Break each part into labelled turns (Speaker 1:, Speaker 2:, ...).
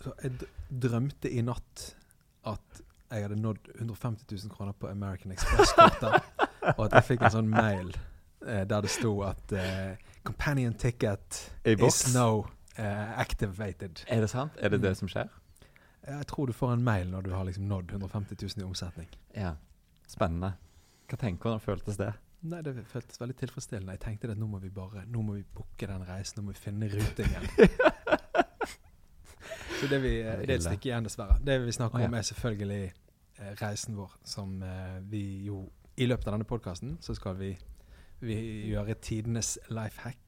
Speaker 1: Så jeg d- drømte i natt at jeg hadde nådd 150 000 kroner på American Express-kortet, og at jeg fikk en sånn mail eh, der det sto at eh, companion ticket
Speaker 2: I boks. Mm.
Speaker 1: is now eh, activated.
Speaker 2: Er det sant? Er det det som skjer?
Speaker 1: Jeg tror du får en mail når du har liksom nådd 150 000 i omsetning.
Speaker 2: Ja. Spennende. Hva tenker du når føltes det?
Speaker 1: Nei, det føltes veldig tilfredsstillende. Jeg tenkte at nå må vi bare, nå må vi booke den reisen, nå må vi finne rutingen. Så det vi, eh, det er et stykke igjen, dessverre. Det vi snakker
Speaker 2: Å, ja.
Speaker 1: om er selvfølgelig eh, reisen vår, som eh, vi jo, i løpet av denne podkasten, så skal vi, vi gjøre tidenes life hack.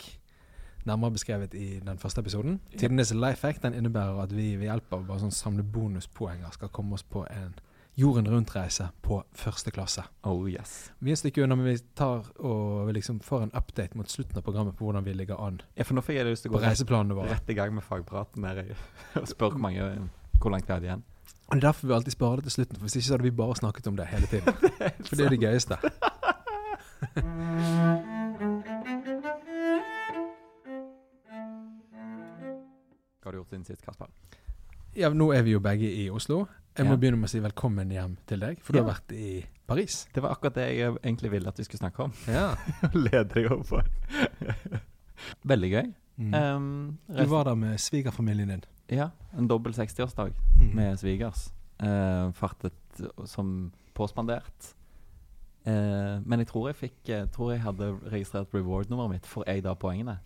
Speaker 1: Nærmere beskrevet i den første episoden. Tidenes life hack den innebærer at vi ved hjelp av bare sånn samle bonuspoenger skal komme oss på en jorden rundt-reise på første klasse.
Speaker 2: Oh yes.
Speaker 1: Vi er et stykke unna, men vi tar og vi liksom får en update mot slutten av programmet på hvordan vi ligger an
Speaker 2: Ja, for nå fikk jeg lyst til å
Speaker 1: på
Speaker 2: gå rett,
Speaker 1: reiseplanene våre.
Speaker 2: rett i gang med fagpraten her i- og spørre hvor mange hvor langt vi hadde igjen.
Speaker 1: Og Det er derfor vi alltid sparer det til slutten, for hvis ikke så hadde vi bare snakket om det hele tiden. For det er det gøyeste.
Speaker 2: Hva har du gjort siden sist, Kasper?
Speaker 1: Ja, men Nå er vi jo begge i Oslo. Jeg må
Speaker 2: Ja.
Speaker 1: begynne med å si velkommen hjem til deg, for du har
Speaker 2: Ja.
Speaker 1: vært i Paris.
Speaker 2: Det var akkurat det jeg egentlig ville at vi skulle snakke om.
Speaker 1: Ja.
Speaker 2: Leder deg over på. Veldig gøy.
Speaker 1: Mm.
Speaker 2: Um,
Speaker 1: Du var der med svigerfamilien din.
Speaker 2: Ja, en dobbel 60-årsdag med svigers. Eh, fartet som påspandert. Eh, men jeg tror jeg fikk Jeg tror jeg hadde registrert reward-nummeret mitt, for jeg da poengene.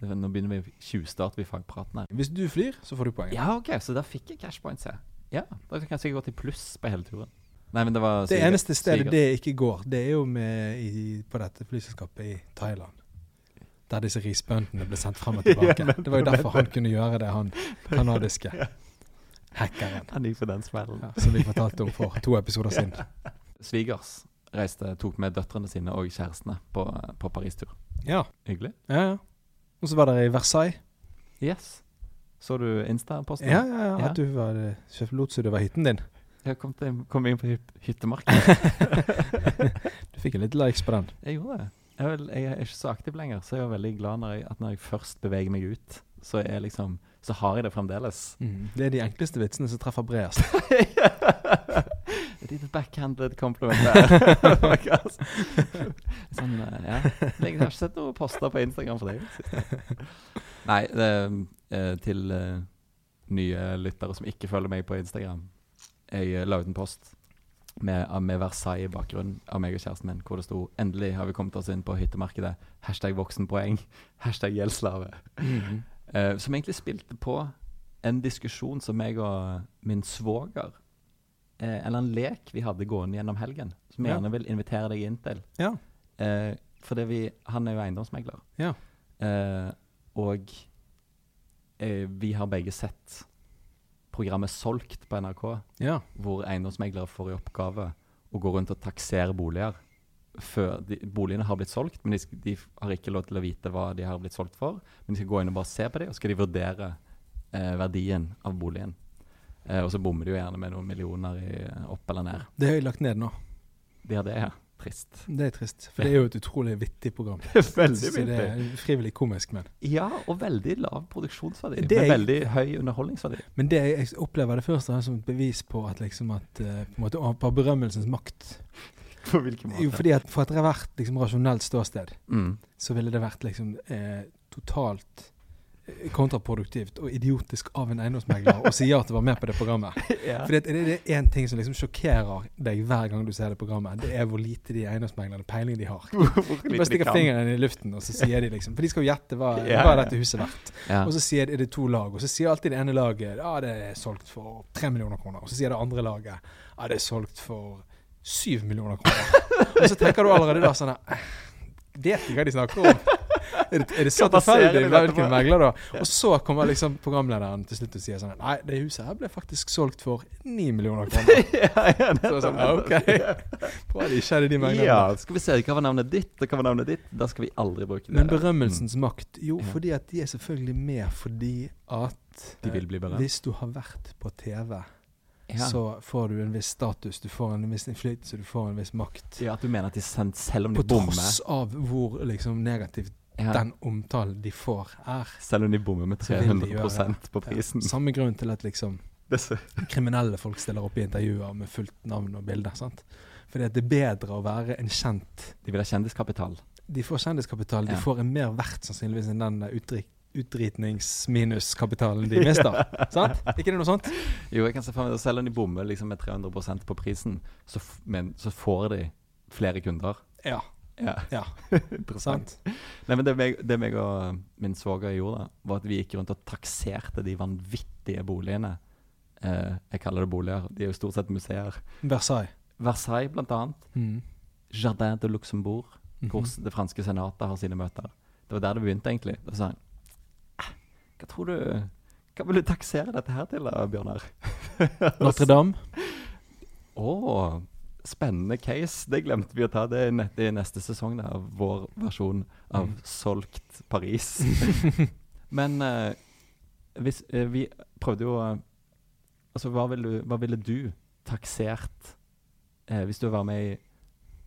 Speaker 2: Det, nå begynner vi tjuvstart ved fagpraten her.
Speaker 1: Hvis du flyr, så får du poeng.
Speaker 2: Ja, OK, så da fikk jeg cash points, ja. Ja, Da kan jeg sikkert gå til pluss på hele turen. Nei, men Altså, det var
Speaker 1: Det
Speaker 2: sviger-
Speaker 1: eneste stedet
Speaker 2: sviger-
Speaker 1: det ikke går, det er jo med i, på dette flyselskapet i Thailand. Der disse risbøndene ble sendt frem og tilbake. det var jo derfor han kunne gjøre det, han kanadiske hackeren.
Speaker 2: Han gikk på den smellen.
Speaker 1: Ja, som vi fortalte om for to episoder siden.
Speaker 2: Svigers reiste, tok med døtrene sine og kjærestene på, på Paris-tur.
Speaker 1: Ja,
Speaker 2: Hyggelig.
Speaker 1: ja, ja. Og så var dere i Versailles.
Speaker 2: Yes. Så du Insta-posten?
Speaker 1: Ja, ja, ja.
Speaker 2: Ja.
Speaker 1: At du var eh, sjef Lotsu, det var hytten din.
Speaker 2: Jeg kom, til, kom inn på hyt, hyttemarkedet.
Speaker 1: Du fikk en litt likes på den.
Speaker 2: Jeg gjorde det. Jeg er, vel, jeg er ikke så aktiv lenger, så jeg er veldig glad når jeg, at når jeg først beveger meg ut, så, er jeg liksom, så har jeg det fremdeles.
Speaker 1: Det er de enkleste vitsene som treffer bredest.
Speaker 2: Et lite backhanded compliment der. Markus. sånn, eh, ja. Jeg har ikke sett noen poster på Instagram for deg. siste. Nei, det, eh, til eh, nye lyttere som ikke følger meg på Instagram. Jeg eh, la ut en post med, ah, med Versailles i bakgrunnen av meg og kjæresten min, hvor det sto 'Endelig har vi kommet oss inn på hyttemarkedet'. Hashtag voksenpoeng. Hashtag gjeldsslave.
Speaker 1: Mhm.
Speaker 2: Eh, som egentlig spilte på en diskusjon som jeg og min svoger eh, Eller en lek vi hadde gående gjennom helgen, som jeg
Speaker 1: Ja.
Speaker 2: gjerne vil invitere deg inn til.
Speaker 1: Ja.
Speaker 2: Eh, fordi vi, han er jo eiendomsmegler.
Speaker 1: Ja.
Speaker 2: Eh, og eh, vi har begge sett programmet Solgt på NRK,
Speaker 1: Ja.
Speaker 2: hvor eiendomsmeglere får i oppgave å gå rundt og taksere boliger. Før de, boligene har blitt solgt, men de, sk- de f- har ikke lov til å vite hva de har blitt solgt for. Men de skal gå inn og bare se på dem, og skal de vurdere eh, verdien av boligen. Eh, og så bommer de jo gjerne med noen millioner i, opp eller ned.
Speaker 1: Det har jeg lagt ned nå.
Speaker 2: De har det, ja. Trist.
Speaker 1: Det er trist. For det er jo et utrolig vittig program.
Speaker 2: Veldig
Speaker 1: Så det er frivillig komisk, men.
Speaker 2: Ja, og veldig lav produksjonsverdi.
Speaker 1: Det er-
Speaker 2: Men veldig høy underholdningsverdi.
Speaker 1: Men det jeg opplever det først og fremst som et bevis på at liksom at eh, på en måte å- på berømmelsens makt
Speaker 2: På hvilken
Speaker 1: Jo, fordi at fra et hvert liksom rasjonelt ståsted
Speaker 2: Mm.
Speaker 1: så ville det vært liksom eh, totalt eh, kontraproduktivt og idiotisk av en eiendomsmegler å si ja til å være med på det programmet.
Speaker 2: Ja.
Speaker 1: Fordi at det det er én ting som liksom sjokkerer deg hver gang du ser det programmet, det er hvor lite de eiendomsmeglerne peiling de har. De bare stikker fingeren i luften, og så sier de liksom For de skal jo gjette hva,
Speaker 2: Ja,
Speaker 1: hva er
Speaker 2: ja.
Speaker 1: dette huset verdt.
Speaker 2: Ja.
Speaker 1: Og så sier det, er det to lag, og så sier alltid det ene laget ja, det er solgt for tre millioner kroner. Og så sier det andre laget ja, det er solgt for syv millioner kroner. og så tenker du allerede da sånn eh, Vet ikke hva de snakker om. Er det, er det så
Speaker 2: Hva baserer
Speaker 1: tilfeldig
Speaker 2: de dette på?
Speaker 1: hvilken megler, da? Og så kommer liksom programlederen til slutt og sier sånn Nei, det huset her ble faktisk solgt for ni millioner kroner.
Speaker 2: ja, ja,
Speaker 1: Så sånn, «Ah, OK. Bra de ikke hadde de meglerne.
Speaker 2: Ja, skal vi se, hva var navnet ditt, og hva var navnet ditt? Da skal vi aldri bruke det.
Speaker 1: Men berømmelsens makt Jo,
Speaker 2: Mm. Ja.
Speaker 1: fordi at de er selvfølgelig med fordi at eh,
Speaker 2: De vil bli berømt.
Speaker 1: Hvis du har vært på TV,
Speaker 2: Mm. ja.
Speaker 1: så får du en viss status, du får en viss innflytelse, du får en viss makt.
Speaker 2: ja, at du mener at de sendt, selv om de
Speaker 1: På
Speaker 2: bommer
Speaker 1: tross av hvor liksom negativt
Speaker 2: Ja.
Speaker 1: den omtalen de får, er
Speaker 2: Selv om de bommer med
Speaker 1: Så vil de gjøre
Speaker 2: 300 på prisen.
Speaker 1: samme grunn til at liksom
Speaker 2: Det er så-
Speaker 1: kriminelle folk stiller opp i intervjuer med fullt navn og bilde. sant? Fordi at det er bedre å være en kjent
Speaker 2: De vil ha kjendiskapital.
Speaker 1: De får kjendiskapital.
Speaker 2: Ja.
Speaker 1: De får en mer verdt sannsynligvis enn den der utdrik- utdritningsminuskapitalen de mister. sant? Ikke det noe sånt?
Speaker 2: Jo, jeg kan se for meg det. Selv om de bommer liksom med 300 på prisen, så, f men, så får de flere kunder.
Speaker 1: Ja.
Speaker 2: Ja.
Speaker 1: ja,
Speaker 2: Interessant.
Speaker 1: sant?
Speaker 2: Nei, men det meg, det meg og eh, min svoger gjorde, da, var at vi gikk rundt og takserte de vanvittige boligene. Eh, jeg kaller det boliger. De er jo stort sett museer.
Speaker 1: Versailles.
Speaker 2: Versailles, blant annet.
Speaker 1: Mm.
Speaker 2: Jardin de Luxembourg, hvor
Speaker 1: Mhm.
Speaker 2: s- det franske senatet har sine møter. Det var der det begynte, egentlig. Da sa han "Eh, Hva tror du Hva vil du taksere dette her til, da, Bjørnar?
Speaker 1: Mm-hmm. Notre-Dame.
Speaker 2: Å, spennende case. Det glemte vi å ta. Det er nett- i neste sesong, da, av vår versjon av
Speaker 1: Mm.
Speaker 2: Solgt Paris. Men eh, hvis, eh, vi prøvde jo eh, Altså, hva ville, du- hva ville du taksert eh, hvis du var med i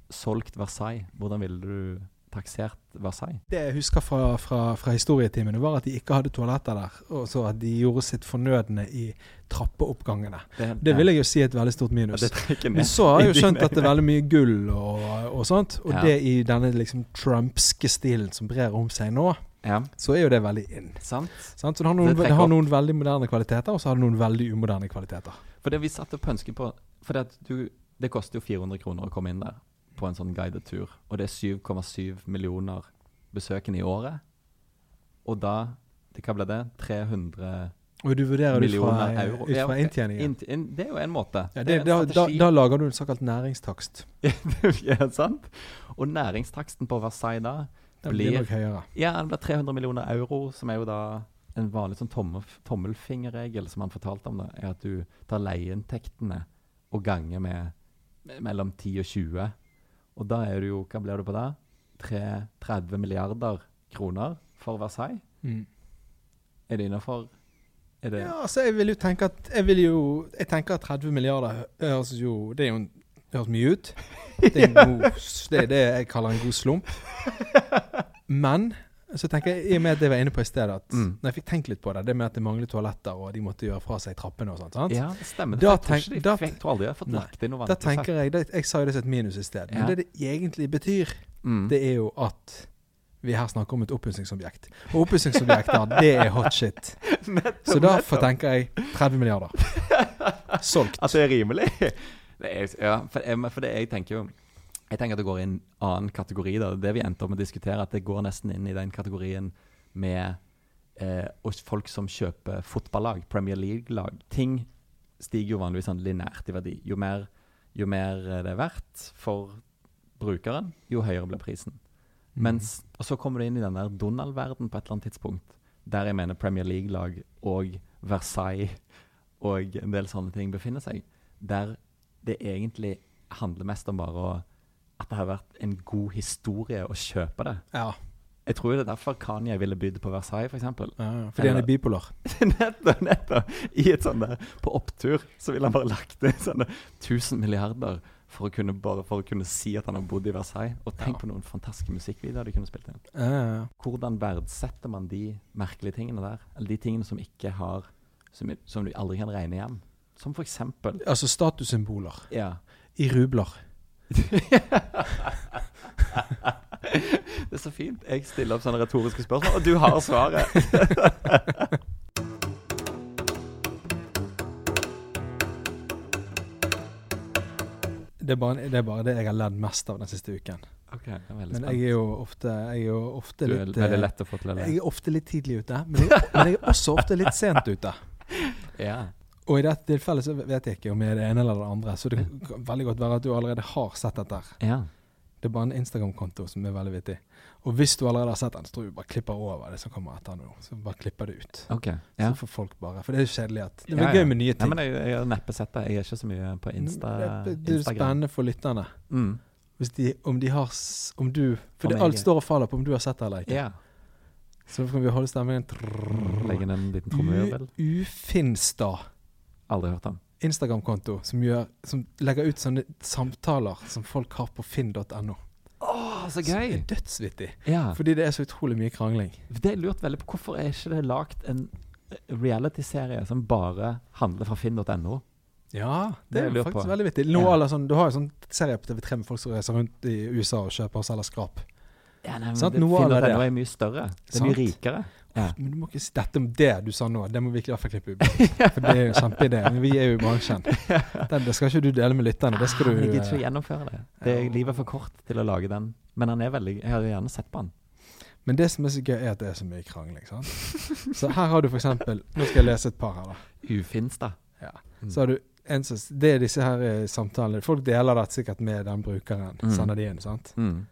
Speaker 2: Solgt Versailles? Hvordan ville du taksert Versailles?
Speaker 1: Det jeg husker fra, fra, fra historietimene, var at de ikke hadde toaletter der. Og så at de gjorde sitt fornødne i trappeoppgangene. Det vil jeg jo si er et veldig stort
Speaker 2: ja,
Speaker 1: minus.
Speaker 2: det trekker
Speaker 1: Men
Speaker 2: ned.
Speaker 1: så har jeg
Speaker 2: i
Speaker 1: jo skjønt
Speaker 2: dine
Speaker 1: at det er veldig mye gull og, og sånt. Og
Speaker 2: Ja.
Speaker 1: det i denne liksom trumpske stilen som brer om seg nå,
Speaker 2: Ja,
Speaker 1: så er jo det veldig in.
Speaker 2: sant?
Speaker 1: Sant? Så det har, noen,
Speaker 2: Det trekker
Speaker 1: det har
Speaker 2: opp.
Speaker 1: noen veldig moderne kvaliteter, og så har det noen veldig umoderne kvaliteter.
Speaker 2: For det vi satt og pønsket på For det, at du, det koster jo 400 kroner å komme inn der på en sånn guided tur. Og det er 7,7 millioner besøkende i året. Og da det, Hva ble det? 300
Speaker 1: Og du vurderer det ut fra,
Speaker 2: Millioner euro.
Speaker 1: ut
Speaker 2: Ja,
Speaker 1: fra
Speaker 2: ok.
Speaker 1: inntjeningen.
Speaker 2: Inn- inn- det er jo en måte.
Speaker 1: Ja, det,
Speaker 2: er
Speaker 1: da,
Speaker 2: en
Speaker 1: da,
Speaker 2: strategi.
Speaker 1: da lager du en såkalt næringstakst.
Speaker 2: ja, sant? Og næringstaksten på Versailles da
Speaker 1: Den blir,
Speaker 2: Blir-
Speaker 1: nok høyere.
Speaker 2: Ja, den blir 300 millioner euro, som er jo da en vanlig sånn tomme, tommelfingerregel som han fortalte om, da, er at du tar leieinntektene og ganger med me- mellom 10 og 20. Og da er du jo Hva blir du på da? Tre- 30 milliarder kroner for Versailles?
Speaker 1: Mm.
Speaker 2: Er det innafor? Er det
Speaker 1: Ja, altså jeg vil jo tenke at Jeg vil jo, jeg tenker at 30 milliarder høres jo Det er jo en, høres mye ut. Det er, en god, det er det jeg kaller en god slump. Men så tenker jeg, i og med at jeg var inne på i sted, at
Speaker 2: Mm.
Speaker 1: når jeg fikk tenkt litt på det, det med at det manglet toaletter, og de måtte gjøre fra seg trappene og sånt, sant?
Speaker 2: Ja, det stemmer.
Speaker 1: Da
Speaker 2: Jeg tror ikke
Speaker 1: tenk-
Speaker 2: de
Speaker 1: da-
Speaker 2: fikk- jeg tror aldri jeg har fått
Speaker 1: Nei.
Speaker 2: lagt inn noe
Speaker 1: Da
Speaker 2: vanlig.
Speaker 1: tenker jeg, det, jeg sa jo det som et minus i sted, men
Speaker 2: Ja.
Speaker 1: det det egentlig betyr,
Speaker 2: mm.
Speaker 1: det er jo at vi her snakker om et oppussingsobjekt. Og oppussingsobjekter, det er hot shit. Så derfor tenker jeg 30 milliarder. Solgt.
Speaker 2: At det er rimelig? Det er, ja, for, eh, men for det jeg tenker jo Jeg tenker at det går i en annen kategori. da Det vi endte opp med å diskutere, at det går nesten inn i den kategorien med eh, og folk som kjøper fotballag, Premier League-lag. Ting stiger jo vanligvis sånn lineært i verdi. Jo mer, jo mer eh, det er verdt for brukeren, jo høyere blir prisen.
Speaker 1: Mm.
Speaker 2: Mens, og så kommer du inn i den der Donald-verden på et eller annet tidspunkt, der jeg mener Premier League-lag og Versailles og en del sånne ting befinner seg, der det egentlig handler mest om bare å, at det har vært en god historie å kjøpe det.
Speaker 1: Ja,
Speaker 2: Jeg tror jo det er derfor Kanye ville bydd på Versailles, f.eks.
Speaker 1: ja, ja, fordi han er bipolar.
Speaker 2: Nettopp, nettopp. I et sånt der, på opptur så ville han bare lagt ned sånne 1000 milliarder for å kunne, bare for å kunne si at han har bodd i Versailles. Og tenk
Speaker 1: Ja.
Speaker 2: på noen fantastiske musikkvideoer de kunne spilt inn.
Speaker 1: Ja, ja, ja.
Speaker 2: Hvordan verdsetter man de merkelige tingene der? Eller de tingene som ikke har Som, som du aldri kan regne hjem? Som for eksempel
Speaker 1: Altså statussymboler.
Speaker 2: Ja.
Speaker 1: I rubler.
Speaker 2: Det er så fint. Jeg stiller opp sånne retoriske spørsmål, og du har svaret.
Speaker 1: Det er bare det, er bare det jeg har ledd mest av den siste uken.
Speaker 2: Ok, jeg er veldig
Speaker 1: Men
Speaker 2: spent.
Speaker 1: jeg er jo ofte, jeg er jo ofte
Speaker 2: Du er
Speaker 1: litt
Speaker 2: veldig
Speaker 1: eh,
Speaker 2: lett å få til å le.
Speaker 1: Jeg er ofte litt tidlig ute, men jeg, men jeg er også ofte litt sent ute.
Speaker 2: Ja.
Speaker 1: Og i dette tilfellet så vet jeg ikke om jeg er det ene eller det andre, så det kan veldig godt være at du allerede har sett dette. her.
Speaker 2: ja.
Speaker 1: Det er bare en Instagram-konto som er veldig vittig. Og hvis du allerede har sett den, så tror jeg du bare klipper over det som kommer etter nå. Så bare klipper det ut.
Speaker 2: Ok. Ja.
Speaker 1: Så får folk bare For det er jo kjedelig at Det
Speaker 2: Ja,
Speaker 1: blir
Speaker 2: ja.
Speaker 1: gøy med nye
Speaker 2: Nei,
Speaker 1: ting. Mm,
Speaker 2: men jeg, jeg har neppe sett det. Jeg er ikke så mye på Insta,
Speaker 1: det, er- det er
Speaker 2: Instagram.
Speaker 1: spennende for lytterne.
Speaker 2: Mm.
Speaker 1: Hvis de, om de har s- Om du For
Speaker 2: Om
Speaker 1: det
Speaker 2: jeg-
Speaker 1: alt står og faller på om du har sett det eller ikke.
Speaker 2: Ja. Mm,
Speaker 1: Så kan vi holde stemningen
Speaker 2: Legge inn en liten trommevirvel.
Speaker 1: U- Ufinstad
Speaker 2: Aldri hørt om.
Speaker 1: Instagram-konto som, gjør- som legger ut sånne samtaler som folk har på finn.no.
Speaker 2: Åh,
Speaker 1: som
Speaker 2: så gøy!
Speaker 1: er dødsvittig.
Speaker 2: Ja.
Speaker 1: Fordi det er så utrolig mye krangling.
Speaker 2: Det har jeg lurt veldig på. Hvorfor er ikke det lagt en eh, reality-serie som bare handler fra finn.no?
Speaker 1: Ja,
Speaker 2: Det
Speaker 1: det
Speaker 2: har
Speaker 1: er
Speaker 2: jeg lurt
Speaker 1: faktisk
Speaker 2: på.
Speaker 1: veldig vittig. Nå,
Speaker 2: Ja.
Speaker 1: eller sånn, du har jo sånn serie på TV3 med folk som reiser rundt i USA og kjøper og selger skrap.
Speaker 2: Ja, nei, men
Speaker 1: Sant,
Speaker 2: det-
Speaker 1: noe av det
Speaker 2: finn.no
Speaker 1: der.
Speaker 2: er mye større. Det er
Speaker 1: Sant.
Speaker 2: mye rikere. Ja.
Speaker 1: Men du må ikke si dette om det du sa nå. Det må vi ikke i hvert fall klippe ut. For det er jo kjempeidé. Men vi er jo i bransjen. Det, det skal ikke du dele med lytterne. Det skal
Speaker 2: Ah,
Speaker 1: du
Speaker 2: men jeg gidder ikke å
Speaker 1: eh,
Speaker 2: gjennomføre det. det er, livet er for kort til å lage den. Men han er veldig, jeg hadde gjerne sett på han.
Speaker 1: eh, Men det som er så gøy, er at det er så mye krangling. Sant? Så her har du for eksempel Nå skal jeg lese et par her, da.
Speaker 2: Ufinstad. Mm.
Speaker 1: Så har du en som Det er disse her eh, samtalene. Folk deler det sikkert med den brukeren.
Speaker 2: Mm.
Speaker 1: Sender de inn, sant.
Speaker 2: Mm.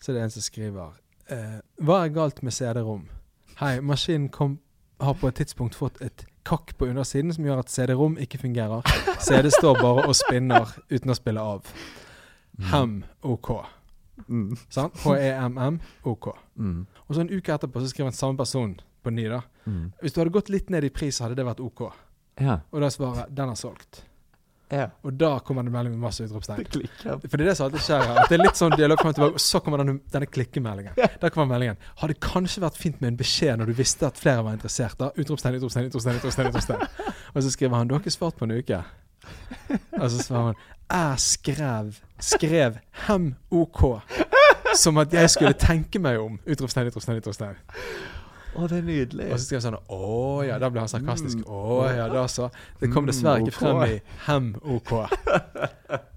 Speaker 1: Så det er en som skriver eh, Hva er galt med CD-rom? Hei, maskinen kom, har på et tidspunkt fått et kakk på undersiden som gjør at CD-rom ikke fungerer. CD står bare og spinner uten å spille av. Hem, OK.
Speaker 2: Mm.
Speaker 1: Sant? E H-E-M-M, OK.
Speaker 2: Mm.
Speaker 1: Og så en uke etterpå så skriver en samme person på ny, da.
Speaker 2: Mm.
Speaker 1: Hvis du hadde gått litt ned i pris, så hadde det vært OK.
Speaker 2: Ja.
Speaker 1: Og da svarer den er solgt.
Speaker 2: ja.
Speaker 1: Og da kommer det melding med masse utropstegn.
Speaker 2: Det klikker.
Speaker 1: For det er det som alltid skjer her. at Det er litt sånn dialog frem og tilbake, og så kommer denne, denne klikkemeldingen. Der kommer meldingen. Har det kanskje vært fint med en beskjed når du visste at flere var interessert? da? Utropstegn, utropstegn, utropstegn, utropstegn, utropstegn. Og så skriver han 'Du har ikke svart på en uke'. Og så svarer han 'Jeg skrev, skrev hem ok' som at jeg skulle tenke meg om'. Utropstegn, utropstegn, utropstegn.
Speaker 2: Å, det er nydelig.
Speaker 1: Og så skrev han sånn 'Å ja'. Da ble han sarkastisk.
Speaker 2: Mm.
Speaker 1: 'Å ja, da så'. Det kom dessverre ikke frem i hem ok.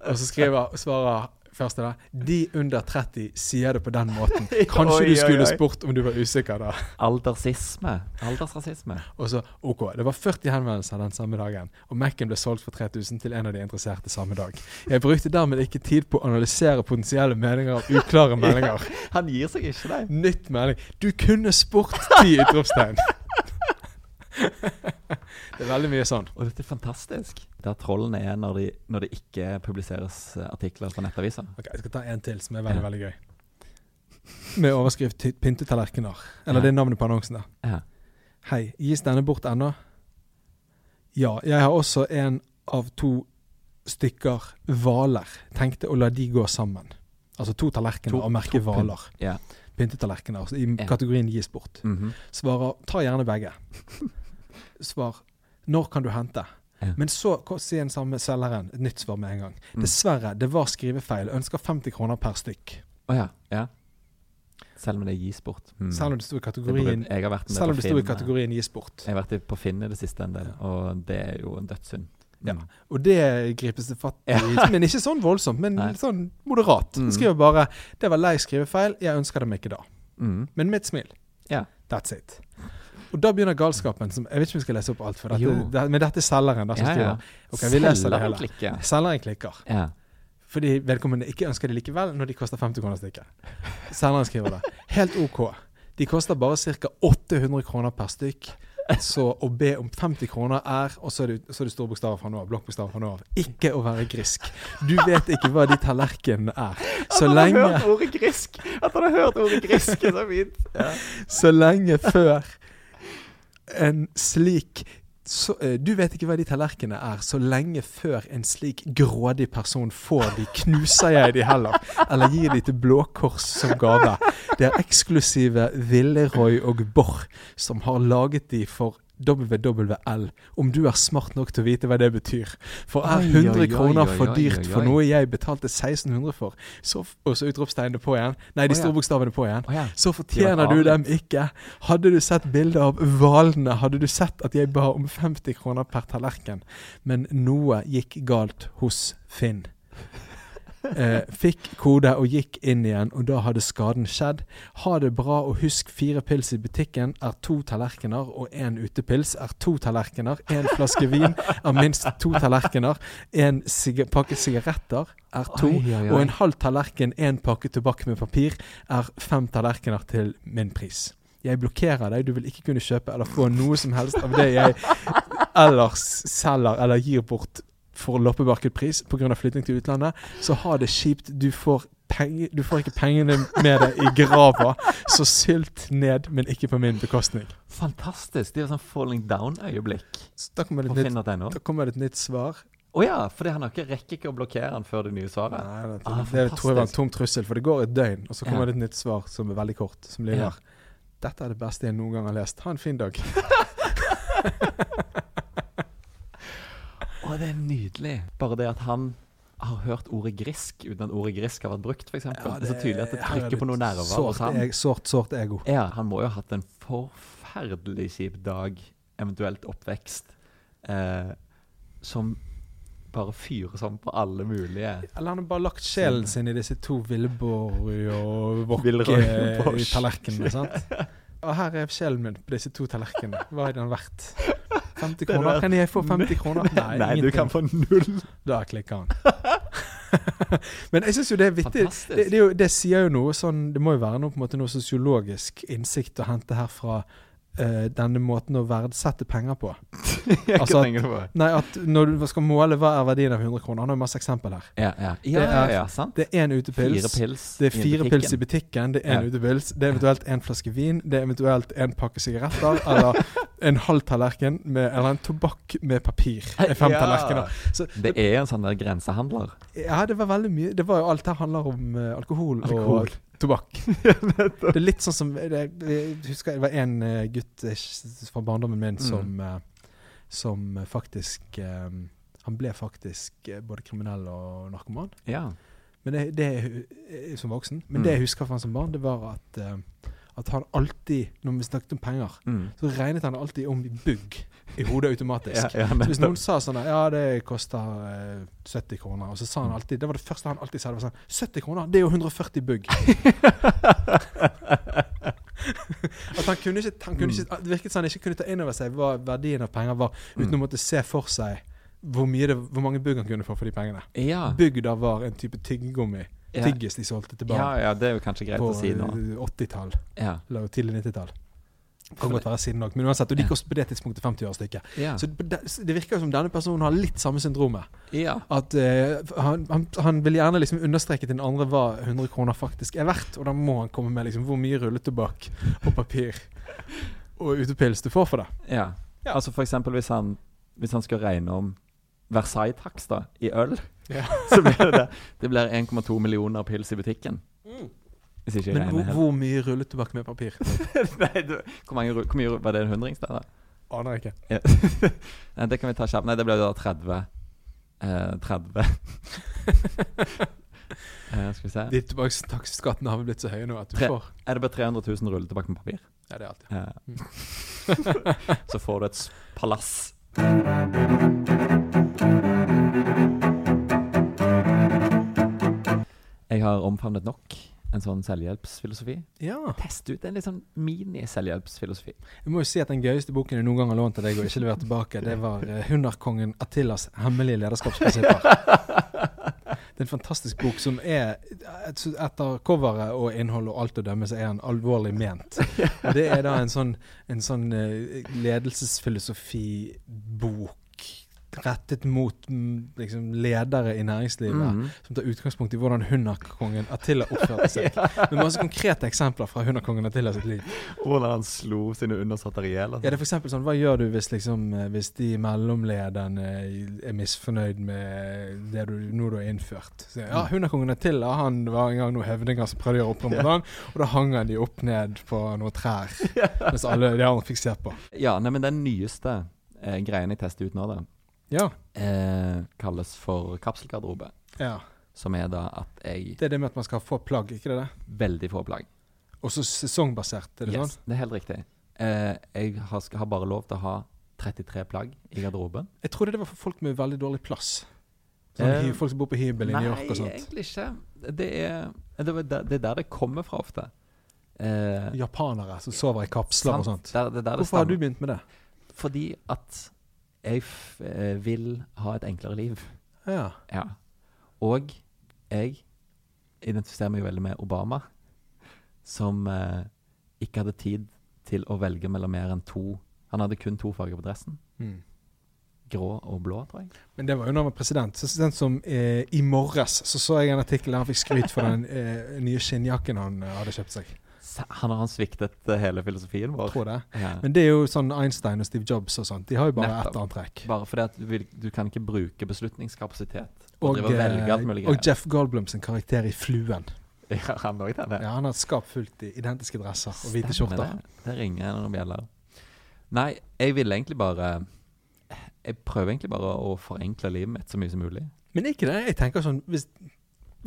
Speaker 1: Og så skriver, svarer første da 'De under 30 sier det på den måten'. Kanskje
Speaker 2: Oi,
Speaker 1: du
Speaker 2: oi,
Speaker 1: skulle
Speaker 2: oi.
Speaker 1: spurt om du var usikker da.
Speaker 2: Aldersisme. Aldersrasisme.
Speaker 1: Og så OK. Det var 40 henvendelser den samme dagen, og Mac-en ble solgt for 3000 til en av de interesserte samme dag. Jeg brukte dermed ikke tid på å analysere potensielle meninger av uklare meldinger.
Speaker 2: Han gir seg ikke, nei.
Speaker 1: Nytt melding. Du kunne spurt ti utropstegn. Det er veldig mye sånn.
Speaker 2: Og dette er fantastisk. Der trollene er når, de, når det ikke publiseres eh, artikler på nettaviser.
Speaker 1: Ok, Jeg skal ta en til som er veldig veldig gøy. Med overskrift «Ty- 'Pyntetallerkener'. Eller det er navnet på annonsen. da.
Speaker 2: Ja.
Speaker 1: Hei, gis denne bort ennå? Ja, jeg har også en av to stykker hvaler. Tenkte å la de gå sammen. Altså to tallerkener
Speaker 2: To-
Speaker 1: av merket hvaler.
Speaker 2: ja.
Speaker 1: Pyntetallerkener altså i
Speaker 2: Ja.
Speaker 1: kategorien gis bort.
Speaker 2: Mhm.
Speaker 1: Svarer ta gjerne begge. Svar når kan du hente?
Speaker 2: Ja. Mm.
Speaker 1: Men så ko- sier den samme selgeren et nytt svar med en gang. Dessverre, det var skrivefeil. Ønsker 50 kroner per stykk.
Speaker 2: Å ja. ja. Selv om det gis bort. Mm.
Speaker 1: Selv om det sto i
Speaker 2: Det er på grunn-
Speaker 1: kategorien,
Speaker 2: Jeg har vært med
Speaker 1: selv om
Speaker 2: på
Speaker 1: det sto i
Speaker 2: Finn, eh,
Speaker 1: kategorien gis bort.
Speaker 2: Jeg har vært i- på Finn i det siste en del,
Speaker 1: Ja.
Speaker 2: og det er jo en dødssynd.
Speaker 1: Ja.
Speaker 2: Mm.
Speaker 1: Og det gripes det fatt i. Men ikke sånn voldsomt, men
Speaker 2: Nei.
Speaker 1: litt sånn moderat.
Speaker 2: Mm.
Speaker 1: Skriver bare 'Det var lei skrivefeil. Jeg ønsker dem ikke da'.
Speaker 2: Mm.
Speaker 1: Men med et smil.
Speaker 2: Ja.
Speaker 1: That's it. Og da begynner galskapen. Som, jeg vet ikke om vi skal lese opp alt, for dette,
Speaker 2: Jo.
Speaker 1: det, men dette er selgeren. Da, som
Speaker 2: Ja, ja.
Speaker 1: skriver. Ok, vi leser det
Speaker 2: Selgeren
Speaker 1: hele.
Speaker 2: klikker.
Speaker 1: Selgeren klikker.
Speaker 2: Ja.
Speaker 1: Fordi vedkommende ikke ønsker det likevel når de koster 50 kroner stykket. Selgeren skriver det. Helt OK. De koster bare ca. 800 kroner per stykk. Så å be om 50 kroner er Og så er det, så er det store bokstaver fra nå av. Blokkbokstaver fra nå av. Ikke å være grisk. Du vet ikke hva de tallerkenene er. Så lenge,
Speaker 2: ordet grisk! At han har hørt ordet grisk, er så fint. Ja.
Speaker 1: så lenge før en slik så, eh, du vet ikke hva de tallerkenene er, så lenge før en slik grådig person får de, knuser jeg de heller, eller gir de til Blå Kors som gave. Det er eksklusive Villeroy og Borr som har laget de for WWL, om du er smart nok til å vite hva det betyr. For er
Speaker 2: Oi,
Speaker 1: 100
Speaker 2: oi, oi,
Speaker 1: kroner
Speaker 2: oi,
Speaker 1: for
Speaker 2: oi,
Speaker 1: dyrt
Speaker 2: oi,
Speaker 1: for
Speaker 2: oi.
Speaker 1: noe jeg betalte 1600 for, så, f- og så utropstegnene på igjen, nei,
Speaker 2: Å, ja.
Speaker 1: de store bokstavene på igjen,
Speaker 2: Å, ja.
Speaker 1: så fortjener du dem ikke. Hadde du sett bildet av hvalene, hadde du sett at jeg ba om 50 kroner per tallerken. Men noe gikk galt hos Finn. Eh, fikk kode og gikk inn igjen, og da hadde skaden skjedd. Ha det bra og husk fire pils i butikken er to tallerkener, og én utepils er to tallerkener. Én flaske vin er minst to tallerkener. En sig pakke sigaretter er to,
Speaker 2: Oi, oi, oi.
Speaker 1: og en halv tallerken, én pakke tobakk med papir er fem tallerkener til min pris. Jeg blokkerer deg, du vil ikke kunne kjøpe eller få noe som helst av det jeg ellers selger eller gir bort for loppemarkedpris pga. flytting til utlandet, så ha det kjipt. Du får, penge, du får ikke pengene med deg i grava, så sylt ned, men ikke på min bekostning.
Speaker 2: Fantastisk. Det er jo sånn falling down-øyeblikk
Speaker 1: Så da kommer
Speaker 2: på
Speaker 1: det et nytt,
Speaker 2: finn.no.
Speaker 1: da kommer det et nytt svar.
Speaker 2: Å Å ja, fordi han har ikke rekker ikke å blokkere han før det nye svaret.
Speaker 1: Nei, det,
Speaker 2: Ah,
Speaker 1: det tror jeg var en
Speaker 2: fantastisk.
Speaker 1: tom trussel, for det går et døgn, og så
Speaker 2: Ja.
Speaker 1: kommer det et nytt svar som er veldig kort, som lyder
Speaker 2: Ja.
Speaker 1: Dette er det beste jeg noen gang har lest. Ha en fin dag.
Speaker 2: Å, det er nydelig. Bare det at han har hørt ordet grisk uten at ordet grisk har vært brukt, f.eks. eksempel det er så tydelig at det
Speaker 1: her er
Speaker 2: trykker på noen
Speaker 1: litt
Speaker 2: nerver altså. hos
Speaker 1: sårt
Speaker 2: han.
Speaker 1: eg- Sårt, sårt ego.
Speaker 2: Ja, han må jo ha hatt en forferdelig kjip dag, eventuelt oppvekst, eh, som bare fyrer sånn på alle mulige
Speaker 1: Eller han har bare lagt sjelen sin i disse to Villborg og
Speaker 2: Villroy og Bosch.
Speaker 1: Wokke-tallerkenene. sant? Og her er sjelen min på disse to tallerkenene. Hva er den verdt? 50
Speaker 2: Den er
Speaker 1: kroner?
Speaker 2: verdt
Speaker 1: Kan jeg få 50 kroner? Nei,
Speaker 2: Nei, du
Speaker 1: ingenting.
Speaker 2: kan få null!
Speaker 1: Da klikker han. Men jeg syns jo det er vittig.
Speaker 2: Fantastisk.
Speaker 1: Det, det, er jo, det sier jo noe sånn Det må jo være noe, på en måte, noe sosiologisk innsikt å hente her fra eh, denne måten å verdsette penger på.
Speaker 2: Hva
Speaker 1: Altså,
Speaker 2: tenker du på?
Speaker 1: Nei, at når du skal måle hva er verdien av 100 kroner Han har jo masse eksempel her.
Speaker 2: Ja, ja. ja,
Speaker 1: Det
Speaker 2: ja,
Speaker 1: er-
Speaker 2: ja sant?
Speaker 1: Det er én utepils.
Speaker 2: Fire pils.
Speaker 1: Det er
Speaker 2: i
Speaker 1: fire
Speaker 2: butikken.
Speaker 1: pils i butikken, det er en
Speaker 2: Ja.
Speaker 1: utepils, det er eventuelt en flaske vin, det er eventuelt en pakke sigaretter, eller en halv tallerken med Eller en tobakk med papir. Det er Fem
Speaker 2: Ja.
Speaker 1: tallerkener. Så
Speaker 2: Det er en sånn der grensehandler.
Speaker 1: Ja, det var veldig mye. Det var jo alt det handler om eh, alkohol,
Speaker 2: Alkohol.
Speaker 1: og tobakk. det er litt sånn som det, Jeg husker det var en eh, gutt eh, fra barndommen min som, eh, som faktisk eh, Han ble faktisk eh, både kriminell og narkoman
Speaker 2: Ja.
Speaker 1: men det, det, jeg hu- eh, som voksen. Men
Speaker 2: Mm.
Speaker 1: det jeg husker fra han som barn, det var at, eh, at han alltid, når vi snakket om penger,
Speaker 2: Mm.
Speaker 1: så regnet han alltid om i bugg i hodet automatisk.
Speaker 2: Ja, ja,
Speaker 1: Så hvis
Speaker 2: nettopp.
Speaker 1: noen sa sånn Ja, det koster eh, 70 kroner. Og så sa han
Speaker 2: Mm.
Speaker 1: alltid Det var det første han alltid sa. Det var sånn 70 kroner, det er jo 140 bugg. At han kunne ikke, han kunne
Speaker 2: Mm.
Speaker 1: ikke Det virket som han ikke kunne ta inn over seg hva verdien av penger var, uten å måtte se for seg hvor, mye det, hvor mange bugg han kunne få for de pengene.
Speaker 2: ja.
Speaker 1: Bugg da var en type tyggegummi.
Speaker 2: Ah. Ja.
Speaker 1: Tyggis de solgte til
Speaker 2: ja,
Speaker 1: barn
Speaker 2: ja, det er jo kanskje greit
Speaker 1: på
Speaker 2: å si nå.
Speaker 1: eh, 80-tall.
Speaker 2: Ja.
Speaker 1: Eller tidlig 90-tall. Kan godt være siden òg, men uansett. Og de kostet på det tidspunktet 50 øre stykket.
Speaker 2: Ja.
Speaker 1: Så det, det virker jo som denne personen har litt samme syndromet.
Speaker 2: ja.
Speaker 1: At eh, han, han, han vil gjerne liksom understreke til den andre hva 100 kroner faktisk er verdt. Og da må han komme med liksom hvor mye rulletobakk og papir og utepils du får for det.
Speaker 2: Ja.
Speaker 1: Ja.
Speaker 2: Altså for eksempel hvis han, hvis han skal regne om Versailles-takst da, i øl,
Speaker 1: Ja.
Speaker 2: så blir det det. Det blir 1,2 millioner pils i butikken.
Speaker 1: Mm.
Speaker 2: Hvis ikke jeg
Speaker 1: Men hvor,
Speaker 2: regner helt.
Speaker 1: hvor mye rulletobakk med papir?
Speaker 2: Nei, du, hvor, mange, ru- hvor mye ru- var det en hundrings der, da?
Speaker 1: Aner jeg ikke.
Speaker 2: Ja. Nei, det kan vi ta kjapt. Nei, det ble da 30. Eh, 30. eh, skal vi se.
Speaker 1: De tobakksskattene har vel blitt så høye nå at du
Speaker 2: Tre.
Speaker 1: får
Speaker 2: Er det bare 300 000 ruller tilbake med papir?
Speaker 1: Ja, det er alltid.
Speaker 2: Eh, så får du et s- palass. Jeg har omfavnet nok en sånn selvhjelpsfilosofi.
Speaker 1: Ja.
Speaker 2: Test ut en litt sånn mini-selvhjelpsfilosofi.
Speaker 1: Jeg må jo si at den gøyeste boken jeg noen gang har lånt av deg og ikke levert tilbake, det var eh, 'Hunderkongen Attilas hemmelige lederskapsprinsipper'. Det er en fantastisk bok som er et- Etter coveret og innhold og alt å dømme, så er den alvorlig ment. Og det er da en sånn, en sånn eh, ledelsesfilosofibok rettet mot mm, liksom, ledere i næringslivet.
Speaker 2: Mhm.
Speaker 1: Som tar utgangspunkt i hvordan hunderkongen Attila oppførte seg. Med masse konkrete eksempler fra hunderkongen Attila sitt liv.
Speaker 2: Hvordan han slo sine undersåtter i hjel.
Speaker 1: Ja, det er for eksempel sånn, Hva gjør du hvis, liksom, eh, hvis de mellomlederne er misfornøyd med det du, noe du har innført? Så, ja,
Speaker 2: Mm.
Speaker 1: Hundekongen er til. ja, Han var en gang noen høvdinger som prøvde å gjøre opprør mot han, og da hang han de opp ned på noen trær. Mens alle de andre fikk se på.
Speaker 2: Ja, nei, men den nyeste eh, greien jeg tester ut nå, da,
Speaker 1: Ja,
Speaker 2: eh, kalles for kapselgarderobe.
Speaker 1: ja.
Speaker 2: Som er da at jeg
Speaker 1: Det er det med at man skal få plagg, ikke det? det?
Speaker 2: veldig få plagg.
Speaker 1: Og så sesongbasert, er det sånn?
Speaker 2: Yes, det er helt riktig. Eh, jeg har, skal, har bare lov til å ha 33 plagg i garderoben.
Speaker 1: sånn? Jeg trodde det var for folk med veldig dårlig plass. Sånn,
Speaker 2: Eh,
Speaker 1: hy- folk som bor på hybel i New York og sånt.
Speaker 2: egentlig ikke. Det er, det, var der- det er der det kommer fra ofte. Eh,
Speaker 1: Japanere som sover i kapsler
Speaker 2: sant?
Speaker 1: og sånt.
Speaker 2: Der, det er der det
Speaker 1: Hvorfor har du
Speaker 2: stammer.
Speaker 1: begynt med det?
Speaker 2: Fordi at jeg f eh, vil ha et enklere liv.
Speaker 1: Ja.
Speaker 2: Ja. Og jeg identifiserer meg jo veldig med Obama, som eh, ikke hadde tid til å velge mellom mer enn to Han hadde kun to farger på dressen.
Speaker 1: Mm.
Speaker 2: Grå og blå, tror jeg.
Speaker 1: Men det var jo når han var president. Så sent som eh, i morges så så jeg en artikkel der han fikk skryt for den eh, nye skinnjakken han eh, hadde kjøpt seg.
Speaker 2: s- han har han sviktet eh, hele filosofien
Speaker 1: Jeg
Speaker 2: vår.
Speaker 1: tror det.
Speaker 2: Ja.
Speaker 1: Men det er jo sånn Einstein og Steve Jobs og sånt. De har jo bare
Speaker 2: Nettopp.
Speaker 1: ett antrekk.
Speaker 2: Bare fordi at du, vil, du kan ikke bruke beslutningskapasitet. Og,
Speaker 1: Og,
Speaker 2: drive og velge alt mulig
Speaker 1: eh, og Jeff Goldblum sin karakter i Fluen.
Speaker 2: Ja, han også den,
Speaker 1: Ja, han har et skap fullt i identiske dresser og hvite
Speaker 2: Stemmer
Speaker 1: skjorter.
Speaker 2: Det. det ringer noen bjeller. Nei, jeg ville egentlig bare Jeg prøver egentlig bare å forenkle livet mitt så mye som mulig.
Speaker 1: Men er ikke det Jeg tenker sånn Hvis,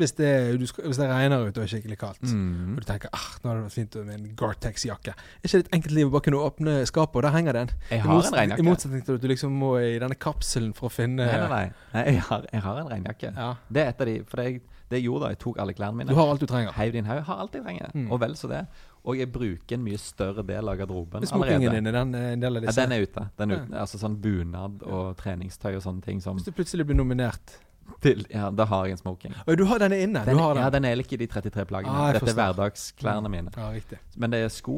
Speaker 1: hvis, det, du skal, hvis det regner ute og er skikkelig kaldt
Speaker 2: Mm.
Speaker 1: Og du tenker ah, nå hadde det vært fint med en Gore-Tex-jakke. Er ikke det et enkelt liv å bare kunne åpne skapet, og der henger den?
Speaker 2: Jeg
Speaker 1: I
Speaker 2: har
Speaker 1: motset-
Speaker 2: en regnjakke.
Speaker 1: I motsetning til at du liksom må i denne kapselen for å finne
Speaker 2: Nei, nei, nei. nei jeg, har, jeg har en regnjakke.
Speaker 1: Ja.
Speaker 2: Det er et av de For det jeg, det jeg gjorde da, jeg tok alle klærne
Speaker 1: Du
Speaker 2: mine.
Speaker 1: har alt du trenger.
Speaker 2: Heiv din haug. Har alt jeg trenger.
Speaker 1: Mm.
Speaker 2: Og vel så det. Og jeg bruker en mye større del av garderoben
Speaker 1: Smokingen
Speaker 2: allerede.
Speaker 1: din er den er en del av
Speaker 2: Ja,
Speaker 1: disse.
Speaker 2: den er ute. Den er
Speaker 1: Liksom. Ja.
Speaker 2: ute. Altså sånn bunad og treningstøy og sånne ting som
Speaker 1: Hvis du plutselig blir nominert
Speaker 2: til, Ja, da har jeg en smoking.
Speaker 1: Å, du har denne inne!
Speaker 2: Den,
Speaker 1: du har den.
Speaker 2: Ja, den er ikke i de 33 plaggene.
Speaker 1: Ah, jeg
Speaker 2: Dette er
Speaker 1: forstår. Mm.
Speaker 2: hverdagsklærne mine.
Speaker 1: Ja, riktig.
Speaker 2: Men det er sko,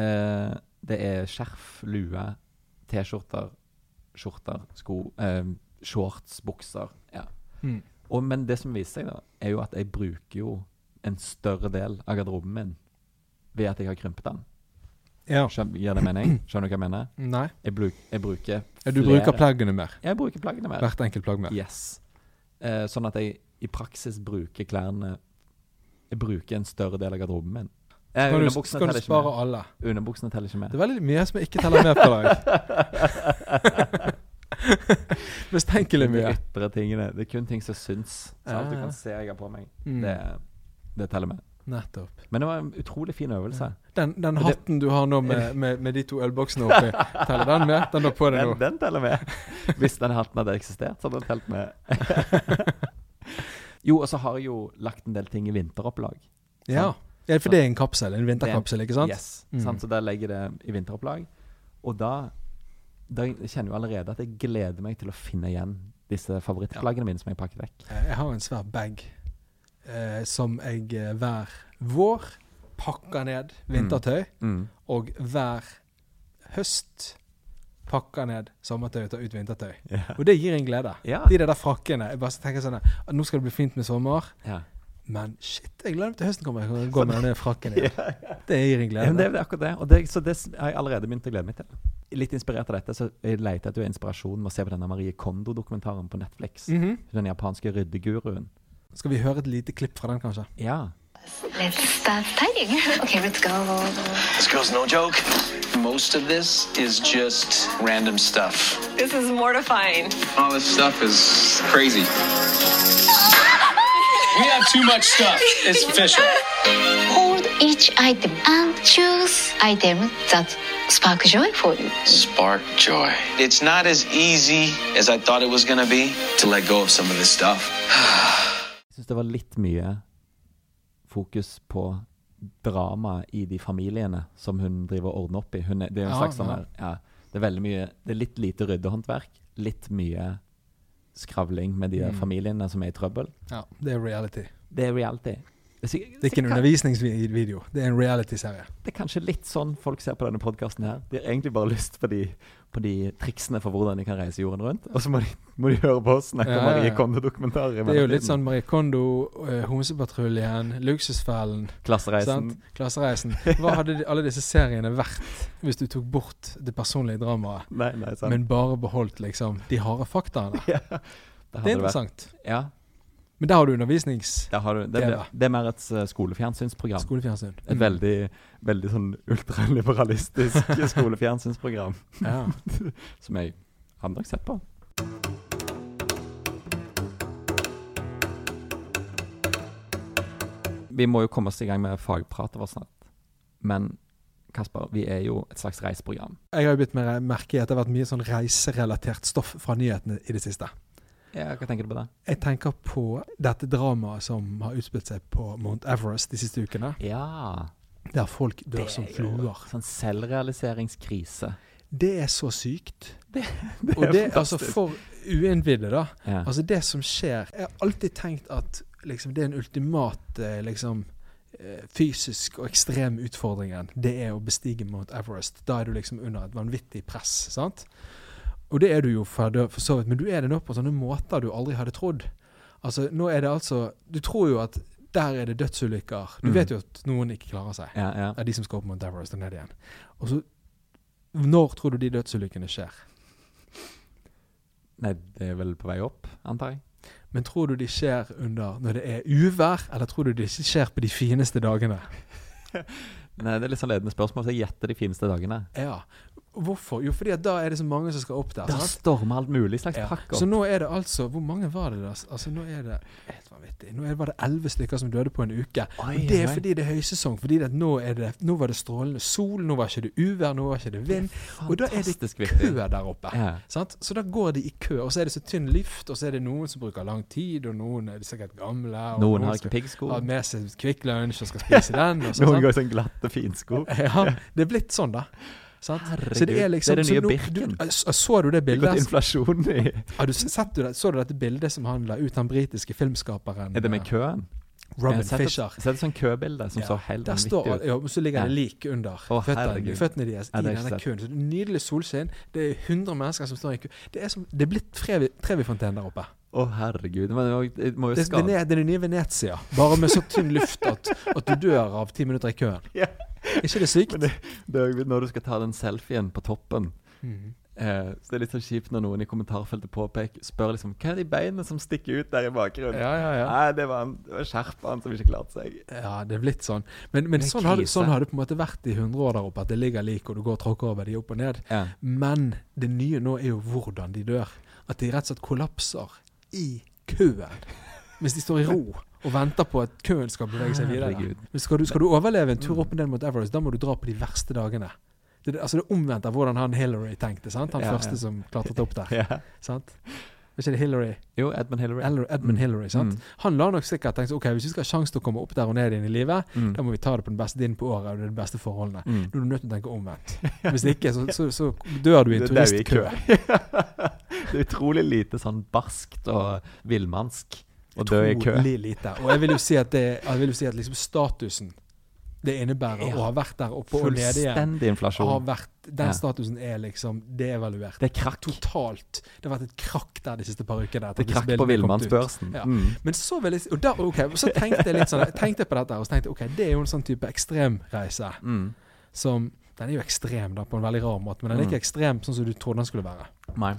Speaker 2: eh, det er skjerf, lue, T-skjorter, skjorter, sko, eh, shorts, bukser. Ja.
Speaker 1: Mm.
Speaker 2: Og, men det som viser seg, da, er jo at jeg bruker jo en større del av garderoben min ved at jeg har krympet den.
Speaker 1: Ja.
Speaker 2: Skjøn- Gir det mening? Skjønner du hva jeg mener?
Speaker 1: Nei.
Speaker 2: Jeg, bruk, jeg bruker
Speaker 1: Ja, du bruker plaggene mer.
Speaker 2: Jeg bruker plaggene mer.
Speaker 1: Hvert enkelt plagg mer.
Speaker 2: Yes. Eh, sånn at jeg i praksis bruker klærne Jeg bruker en større del av garderoben min. Eh,
Speaker 1: Kan du,
Speaker 2: underbuksene,
Speaker 1: kan du
Speaker 2: teller ikke
Speaker 1: spare
Speaker 2: med.
Speaker 1: alle?
Speaker 2: underbuksene teller ikke med.
Speaker 1: Det er veldig mye som jeg ikke teller med på deg. Mistenkelig
Speaker 2: de
Speaker 1: mye.
Speaker 2: ytre tingene. Det er kun ting som syns. Så alt du
Speaker 1: Ja.
Speaker 2: kan se jeg har på meg,
Speaker 1: Mm.
Speaker 2: det, det teller med.
Speaker 1: Nettopp.
Speaker 2: Men det var en utrolig fin øvelse.
Speaker 1: Den, den
Speaker 2: det-
Speaker 1: hatten du har nå med, med, med de to ølboksene oppi, teller den med? Den er på deg
Speaker 2: Den,
Speaker 1: nå.
Speaker 2: den teller med. Hvis den hatten hadde eksistert, så hadde den telt med. jo, og så har jeg jo lagt en del ting i vinteropplag.
Speaker 1: Ja. ja, for det er en kapsel. En vinterkapsel, ikke sant?
Speaker 2: Yes.
Speaker 1: Mm.
Speaker 2: Sant? Så der legger jeg det i vinteropplag. Og da, da jeg kjenner jeg allerede at jeg gleder meg til å finne igjen disse favorittplaggene mine som jeg pakket vekk.
Speaker 1: Eh, Jeg har en svær bag eh, som jeg eh, hver vår pakker ned vintertøy,
Speaker 2: Mm.
Speaker 1: og hver høst pakker ned sommertøy og tar ut vintertøy.
Speaker 2: Ja.
Speaker 1: Og det gir en glede.
Speaker 2: Ja.
Speaker 1: De der frakkene. Jeg bare tenker sånn at nå skal det bli fint med sommer,
Speaker 2: ja.
Speaker 1: men shit, jeg gleder meg til høsten kommer. Jeg kan gå med denne frakken igjen. Det gir en
Speaker 2: Ja, men
Speaker 1: glede.
Speaker 2: det er akkurat det. Og det, så det s- har jeg allerede begynt å glede meg til. Litt inspirert av dette, så jeg leter etter inspirasjon med å se på denne Marie Kondo-dokumentaren på Netflix.
Speaker 1: Mhm.
Speaker 2: Den japanske ryddeguruen.
Speaker 1: Skal vi høre et lite klipp fra den, kanskje?
Speaker 2: Ja.
Speaker 3: Let's start fighting. Okay, let's go.
Speaker 4: This girl's no joke. Most of this is just random stuff.
Speaker 5: This is mortifying.
Speaker 4: All this stuff is crazy. We have too much stuff. It's official.
Speaker 3: Hold each item and choose item that spark joy for you.
Speaker 4: Spark joy. It's not as easy as I thought it was gonna be to let go of some of this stuff.
Speaker 2: Jeg syns det var litt mye fokus på drama i de familiene som hun driver og ordner opp i. Hun er, det er jo en
Speaker 1: Ja,
Speaker 2: slags sånn
Speaker 1: ja.
Speaker 2: her ja, Det er veldig mye Det er litt lite ryddehåndverk. Litt mye skravling med de
Speaker 1: Mm.
Speaker 2: der familiene som er i trøbbel.
Speaker 1: Ja, det er reality.
Speaker 2: Det er reality. Det er, sikkert-
Speaker 1: Det er ikke en
Speaker 2: sikkert-
Speaker 1: undervisningsvideo, det er en reality-serie.
Speaker 2: det er kanskje litt sånn folk ser på denne podkasten her. De har egentlig bare lyst på de, på de triksene for hvordan de kan reise jorden rundt. Og så må de, må de høre på oss snakke om
Speaker 1: Ja, ja, ja.
Speaker 2: Marie Kondo-dokumentarer. i
Speaker 1: Det er jo
Speaker 2: mellomtiden.
Speaker 1: litt sånn Marie Kondo, eh, Homsepatruljen, Luksusfellen,
Speaker 2: Klassereisen.
Speaker 1: sant? Klassereisen. Hva hadde de- alle disse seriene vært hvis du tok bort det personlige dramaet,
Speaker 2: Nei, nei, sant.
Speaker 1: men bare beholdt liksom de harde faktaene?
Speaker 2: ja,
Speaker 1: Det er interessant.
Speaker 2: Ja,
Speaker 1: Men der har du undervisnings...
Speaker 2: der har du, det,
Speaker 1: Det
Speaker 2: blir,
Speaker 1: da.
Speaker 2: det er mer et eh, skolefjernsynsprogram.
Speaker 1: Skolefjernsyn.
Speaker 2: Et veldig, veldig sånn ultraliberalistisk skolefjernsynsprogram.
Speaker 1: Ja.
Speaker 2: Som jeg hadde nok sett på. Vi må jo komme oss i gang med fagpratet vårt snart. Men Kasper, vi er jo et slags reiseprogram.
Speaker 1: Jeg har jo blitt mer merke i at det har vært mye sånn reiserelatert stoff fra nyhetene i det siste.
Speaker 2: Ja, hva tenker du på det?
Speaker 1: Jeg tenker på dette dramaet som har utspilt seg på Mount Everest de siste ukene.
Speaker 2: Ja
Speaker 1: Der folk dør
Speaker 2: det
Speaker 1: som
Speaker 2: er jo
Speaker 1: fluer.
Speaker 2: Sånn selvrealiseringskrise.
Speaker 1: Det er så sykt. Og det er altså for uinnvidde, da.
Speaker 2: Ja.
Speaker 1: Altså det som skjer Jeg har alltid tenkt at liksom, det er en ultimat eh, liksom, eh, fysisk og ekstrem utfordringen. Det er å bestige Mount Everest. Da er du liksom under et vanvittig press. sant? Og det er du jo for, for så vidt, men du er det nå på sånne måter du aldri hadde trodd. Altså, nå er det altså Du tror jo at Der er det dødsulykker. Du
Speaker 2: Mm.
Speaker 1: vet jo at noen ikke klarer seg.
Speaker 2: Ja, ja.
Speaker 1: Det er de som skal opp mot Everest og ned igjen. Og så Når tror du de dødsulykkene skjer?
Speaker 2: Nei, det er vel på vei opp, antar jeg.
Speaker 1: Men tror du de skjer under når det er uvær, eller tror du de skjer på de fineste dagene?
Speaker 2: Nei, Det er litt sånn ledende spørsmål, så jeg gjetter de fineste dagene.
Speaker 1: Ja. Hvorfor? Jo, fordi at da er det så mange som skal opp der.
Speaker 2: Da
Speaker 1: sant?
Speaker 2: stormer alt mulig slags
Speaker 1: Ja.
Speaker 2: pakk
Speaker 1: Så
Speaker 2: opp.
Speaker 1: nå er det altså Hvor mange var det da? Altså Nå er det helt vanvittig. Nå er det- var det elleve stykker som døde på en uke.
Speaker 2: Oi,
Speaker 1: og det er
Speaker 2: oi.
Speaker 1: fordi det er høysesong. Fordi at nå, er det, nå var det strålende sol, nå var ikke det uvær, nå var ikke det vind. Og da er det
Speaker 2: fantastisk viktig.
Speaker 1: kø der oppe.
Speaker 2: Ja.
Speaker 1: Sant? Så da går de i kø. Og så er det så tynn luft, og så er det noen som bruker lang tid, og noen er sikkert gamle. Og
Speaker 2: Noen har
Speaker 1: skal
Speaker 2: ikke piggsko.
Speaker 1: ha med seg Kvikk Lunsj og skal spise den. Og så,
Speaker 2: Noen
Speaker 1: sant?
Speaker 2: går i sånn glatte finsko.
Speaker 1: Ja, det er blitt sånn, da. Sant? Så det er
Speaker 2: Herregud,
Speaker 1: liksom
Speaker 2: det er det
Speaker 1: så
Speaker 2: nye
Speaker 1: nå-
Speaker 2: Birken.
Speaker 1: du- Så så du det
Speaker 2: Det har gått
Speaker 1: bildet?
Speaker 2: inflasjon i
Speaker 1: Har du s- sett du det? Så du dette bildet som han la ut, han britiske filmskaperen
Speaker 2: Er det med
Speaker 1: eh,
Speaker 2: køen?
Speaker 1: Robin
Speaker 2: Jeg har sett et-
Speaker 1: Fisher?
Speaker 2: Sett et sånt købilde som
Speaker 1: Ja,
Speaker 2: så helt
Speaker 1: Der
Speaker 2: vanvittig
Speaker 1: står
Speaker 2: ut.
Speaker 1: han, ja, og så ligger det
Speaker 2: Ja.
Speaker 1: lik under
Speaker 2: Å,
Speaker 1: føttene,
Speaker 2: herregud.
Speaker 1: føttene deres
Speaker 2: Ja,
Speaker 1: i
Speaker 2: det har jeg
Speaker 1: denne
Speaker 2: ikke
Speaker 1: køen. Så det er Nydelig solskinn. Det er 100 mennesker som står i kø. Det er, som, det er blitt Trevi- Trevi-fontenen der oppe.
Speaker 2: Å, herregud. Men det må- det må jo
Speaker 1: Det er,
Speaker 2: skade
Speaker 1: Vene- det er det nye Venezia, bare med så tynn luft at, at du dør av ti minutter i køen.
Speaker 2: Ja.
Speaker 1: Er ikke det sykt?
Speaker 2: Men det, det er jo når du skal ta den selfien på toppen
Speaker 1: Mhm.
Speaker 2: eh, Så det er litt sånn kjipt når noen i kommentarfeltet påpeker Spør liksom Hva er de beina som stikker ut der i bakgrunnen?
Speaker 1: Ja, ja, ja.
Speaker 2: Nei, det var, en- det var skjerpa han som ikke klarte seg.
Speaker 1: Ja, det er blitt sånn. Men, men
Speaker 2: Det er
Speaker 1: sånn, har det,
Speaker 2: krise.
Speaker 1: sånn har det på en måte vært i 100 år der oppe, at det ligger lik, og du går og tråkker over de opp og ned.
Speaker 2: Ja.
Speaker 1: Men det nye nå er jo hvordan de dør. At de rett og slett kollapser i køen. Mens de står i ro og venter på at køen skal bevege seg videre.
Speaker 2: Herregud.
Speaker 1: Men skal, du, skal du overleve en tur opp og ned mot Everest, da må du dra på de verste dagene. Det, er- altså det omvendte av hvordan han Hillary tenkte. sant? Han
Speaker 2: Ja, ja.
Speaker 1: første som klatret opp der.
Speaker 2: Ja.
Speaker 1: sant? Er ikke det Hillary?
Speaker 2: Jo, Edmund Hillary.
Speaker 1: Eller Edmund Hillary. sant?
Speaker 2: Mm.
Speaker 1: Han la nok sikkert tenkt ok, hvis vi skal ha sjanse til å komme opp der og ned igjen i livet,
Speaker 2: Mm.
Speaker 1: da må vi ta det på den beste tiden på året og de beste forholdene.
Speaker 2: Mm.
Speaker 1: Nå er du nødt til å tenke omvendt. Hvis ikke, så, så, så dør du i en
Speaker 2: Det er der vi er i
Speaker 1: turistkø.
Speaker 2: det er utrolig lite sånn barskt og villmannsk å dø i kø.
Speaker 1: Utrolig lite. Og jeg vil jo si at, det, jeg vil jo si at liksom statusen det innebærer
Speaker 2: Ja.
Speaker 1: å ha vært der oppe og nede igjen,
Speaker 2: Fullstendig
Speaker 1: har
Speaker 2: inflasjon.
Speaker 1: vært,
Speaker 2: Ja.
Speaker 1: den statusen er liksom devaluert.
Speaker 2: Det er krakk.
Speaker 1: Totalt. Det har vært et krakk der de siste par ukene. etter
Speaker 2: Det
Speaker 1: at
Speaker 2: er
Speaker 1: disse
Speaker 2: krakk på
Speaker 1: bildene kom ut.
Speaker 2: villmannsbørsen.
Speaker 1: Ja.
Speaker 2: Mm.
Speaker 1: Men så, vil jeg, si- og da, ok, så tenkte jeg litt sånn, jeg tenkte på dette her, og så tenkte jeg, ok, det er jo en sånn type ekstremreise.
Speaker 2: Mm.
Speaker 1: Som, den er jo ekstrem da, på en veldig rar måte, men den er
Speaker 2: Mm.
Speaker 1: ikke ekstrem sånn som du trodde den skulle være.
Speaker 2: Nei.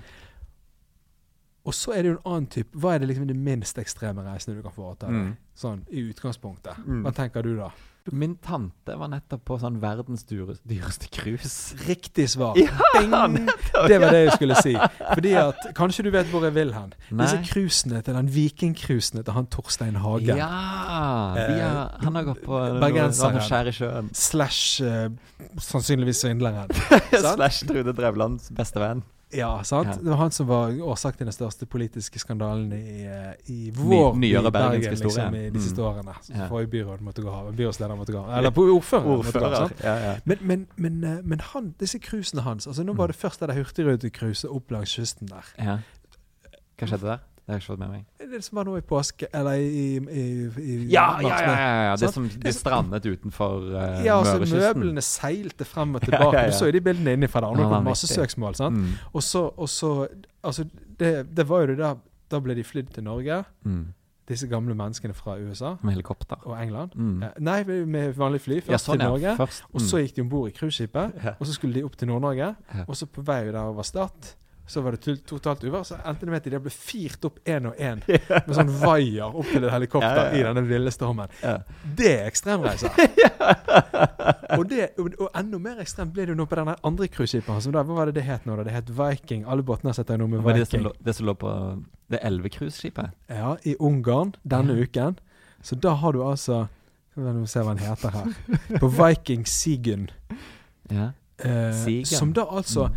Speaker 1: Og så er det jo en annen type. Hva er det liksom det minst ekstreme reisene du kan foreta deg?
Speaker 2: Mm.
Speaker 1: Sånn i utgangspunktet. Hva tenker du da?
Speaker 2: Min tante var nettopp på sånn verdens dyre- dyreste cruise.
Speaker 1: Riktig svar! Bing! Det var det jeg skulle si. Fordi at Kanskje du vet hvor jeg vil hen.
Speaker 2: Nei.
Speaker 1: Disse cruisene til den vikingcruisen til han Torstein Hagen.
Speaker 2: Ja! Eh, De har, han har gått på
Speaker 1: Bergenseren.
Speaker 2: noe sånn skjær i sjøen.
Speaker 1: Slash eh, sannsynligvis svindleren. Sant?
Speaker 2: Slash Trude Drevlands beste venn.
Speaker 1: Ja, sant?
Speaker 2: Ja.
Speaker 1: Det var han som var årsak til den største politiske skandalen i, eh, i vår by,
Speaker 2: nyere
Speaker 1: Bergen,
Speaker 2: bergensk
Speaker 1: liksom,
Speaker 2: historie.
Speaker 1: i de siste
Speaker 2: Mm.
Speaker 1: årene. Så
Speaker 2: Ja.
Speaker 1: Forrige byråd måtte gå av, byrådsleder måtte gå av. Eller ordfører. måtte gå av. sant?
Speaker 2: Ordfører. altså. Ja, ja.
Speaker 1: Men, men, men, eh, men han, disse cruisene hans altså Nå
Speaker 2: Mm.
Speaker 1: var det først det der hurtigrutekruset opp langs kysten der.
Speaker 2: ja. Hva skjedde der? Det har jeg ikke fått med meg.
Speaker 1: Det som var nå i påske Eller i, i, i, i
Speaker 2: Ja, ja,
Speaker 1: mars,
Speaker 2: ja,
Speaker 1: men-
Speaker 2: ja, ja. Det
Speaker 1: Sant?
Speaker 2: som de strandet utenfor uh,
Speaker 1: ja, altså
Speaker 2: Mørekysten.
Speaker 1: Møblene seilte frem og
Speaker 2: Ja, ja,
Speaker 1: tilbake.
Speaker 2: ja.
Speaker 1: Du så jo de bildene innenfra der. Og nå
Speaker 2: Ja, det var
Speaker 1: kom masse
Speaker 2: riktig.
Speaker 1: søksmål. sant?
Speaker 2: Mm.
Speaker 1: Og så, og så Altså, det, det var jo det der Da ble de flydd til Norge,
Speaker 2: Mm.
Speaker 1: disse gamle menneskene fra USA
Speaker 2: Med helikopter.
Speaker 1: og England.
Speaker 2: Mm.
Speaker 1: Eh, Nei, med vanlig fly først
Speaker 2: Ja, sånn,
Speaker 1: til
Speaker 2: ja.
Speaker 1: Norge.
Speaker 2: Først.
Speaker 1: Og så gikk de om bord i cruiseskipet,
Speaker 2: Ja.
Speaker 1: og så skulle de opp til Nord-Norge.
Speaker 2: Ja.
Speaker 1: Og så på vei der over Stad, så var det tull- totalt uvær. Så endte det med at de ble firt opp én og én med sånn vaier opp til et helikopter
Speaker 2: Ja, ja, ja.
Speaker 1: i denne ville stormen.
Speaker 2: Ja.
Speaker 1: Det er ekstremreiser! og, det, og og enda mer ekstremt ble det jo nå på denne andre cruiseskipet. som da- Hva var det det het nå? da? Det het Viking. Alle båtene setter jo nå med
Speaker 2: Var det det som
Speaker 1: Viking.
Speaker 2: lå, det som lå på det elvecruiseskipet?
Speaker 1: Ja, I Ungarn denne uken. Så da har du altså Skal vi se hva den heter her. På Viking Sigun.
Speaker 2: Ja.
Speaker 1: Eh,
Speaker 2: Sigen.
Speaker 1: som da altså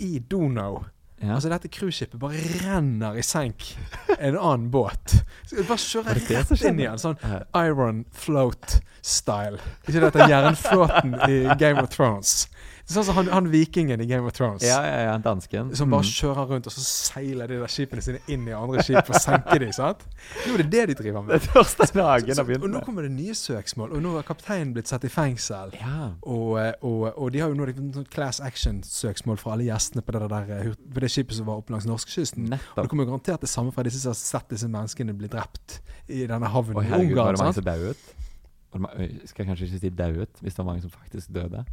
Speaker 1: i Donau
Speaker 2: Mm. ja.
Speaker 1: Altså dette cruiseskipet bare renner i senk en annen båt. Så det bare
Speaker 2: Var
Speaker 1: kjører
Speaker 2: det det som
Speaker 1: rett inn
Speaker 2: skjedde?
Speaker 1: i en sånn
Speaker 2: Ja.
Speaker 1: Iron Float-style. Ikke dette jernflåten i Game of Thrones. Sånn som han, han vikingen i Game of Thrones.
Speaker 2: Ja, Mm. ja, ja, dansken.
Speaker 1: Som bare kjører rundt og så seiler de der skipene sine inn i andre skip og senker de, sant? Nå er det det de driver
Speaker 2: Den
Speaker 1: med.
Speaker 2: første dagen har begynt
Speaker 1: Og nå
Speaker 2: med.
Speaker 1: kommer det nye søksmål, og nå har kapteinen blitt satt i fengsel.
Speaker 2: Ja.
Speaker 1: Og, eh, og, og de har jo nå liksom sånn class action-søksmål fra alle gjestene på det, der, eh, hurt- på det skipet som var oppe langs norskekysten.
Speaker 2: Nettopp.
Speaker 1: Og det kommer jo garantert det samme fra disse som har sett disse menneskene bli drept i denne havnen
Speaker 2: Oi,
Speaker 1: i
Speaker 2: herregud,
Speaker 1: Ungarn.
Speaker 2: var det
Speaker 1: sant?
Speaker 2: mange som dauet? Var det ma- Oi, Skal jeg kanskje ikke si dauet, hvis det var mange som faktisk døde?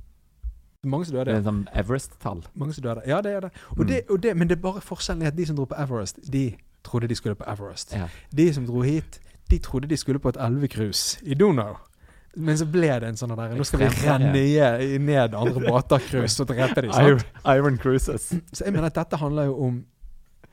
Speaker 1: Mange som
Speaker 2: Det
Speaker 1: døde.
Speaker 2: er en sånn Everest-tall.
Speaker 1: Mange som døde. Ja, det er det. Og det,
Speaker 2: Mm.
Speaker 1: og det. Men det er bare forskjellen er at de som dro på Everest, de trodde de skulle på Everest.
Speaker 2: Ja.
Speaker 1: De som dro hit, de trodde de skulle på et elvekrus i Donau. Men så ble det en sånn der Nå skal vi
Speaker 2: Ekstremt,
Speaker 1: renne i- ned andre båterkrus og drepe dem. Sant?
Speaker 2: Iron Cruises.
Speaker 1: Så jeg mener at dette handler jo om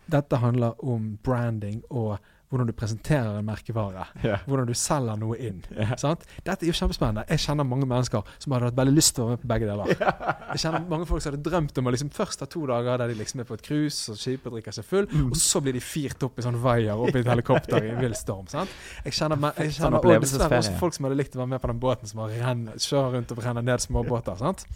Speaker 1: Dette handler om branding og hvordan du presenterer en merkevare.
Speaker 2: Ja.
Speaker 1: Hvordan du selger noe inn.
Speaker 2: Ja.
Speaker 1: Sant? Dette er jo kjempespennende. Jeg kjenner mange mennesker som hadde hatt veldig lyst til å være med på begge deler. Jeg kjenner mange folk som hadde drømt om å liksom først ha to dager der de liksom er på et cruise og skipet drikker seg full,
Speaker 2: Mm.
Speaker 1: og så blir de firt opp i sånn vaier opp i et helikopter i en vill storm. Sant? Jeg kjenner, me- jeg
Speaker 2: Sånn
Speaker 1: kjenner og
Speaker 2: opplevelsesferie.
Speaker 1: dessverre også folk som hadde likt å være med på den båten som har renner, kjører rundt og renner ned småbåter. Sant?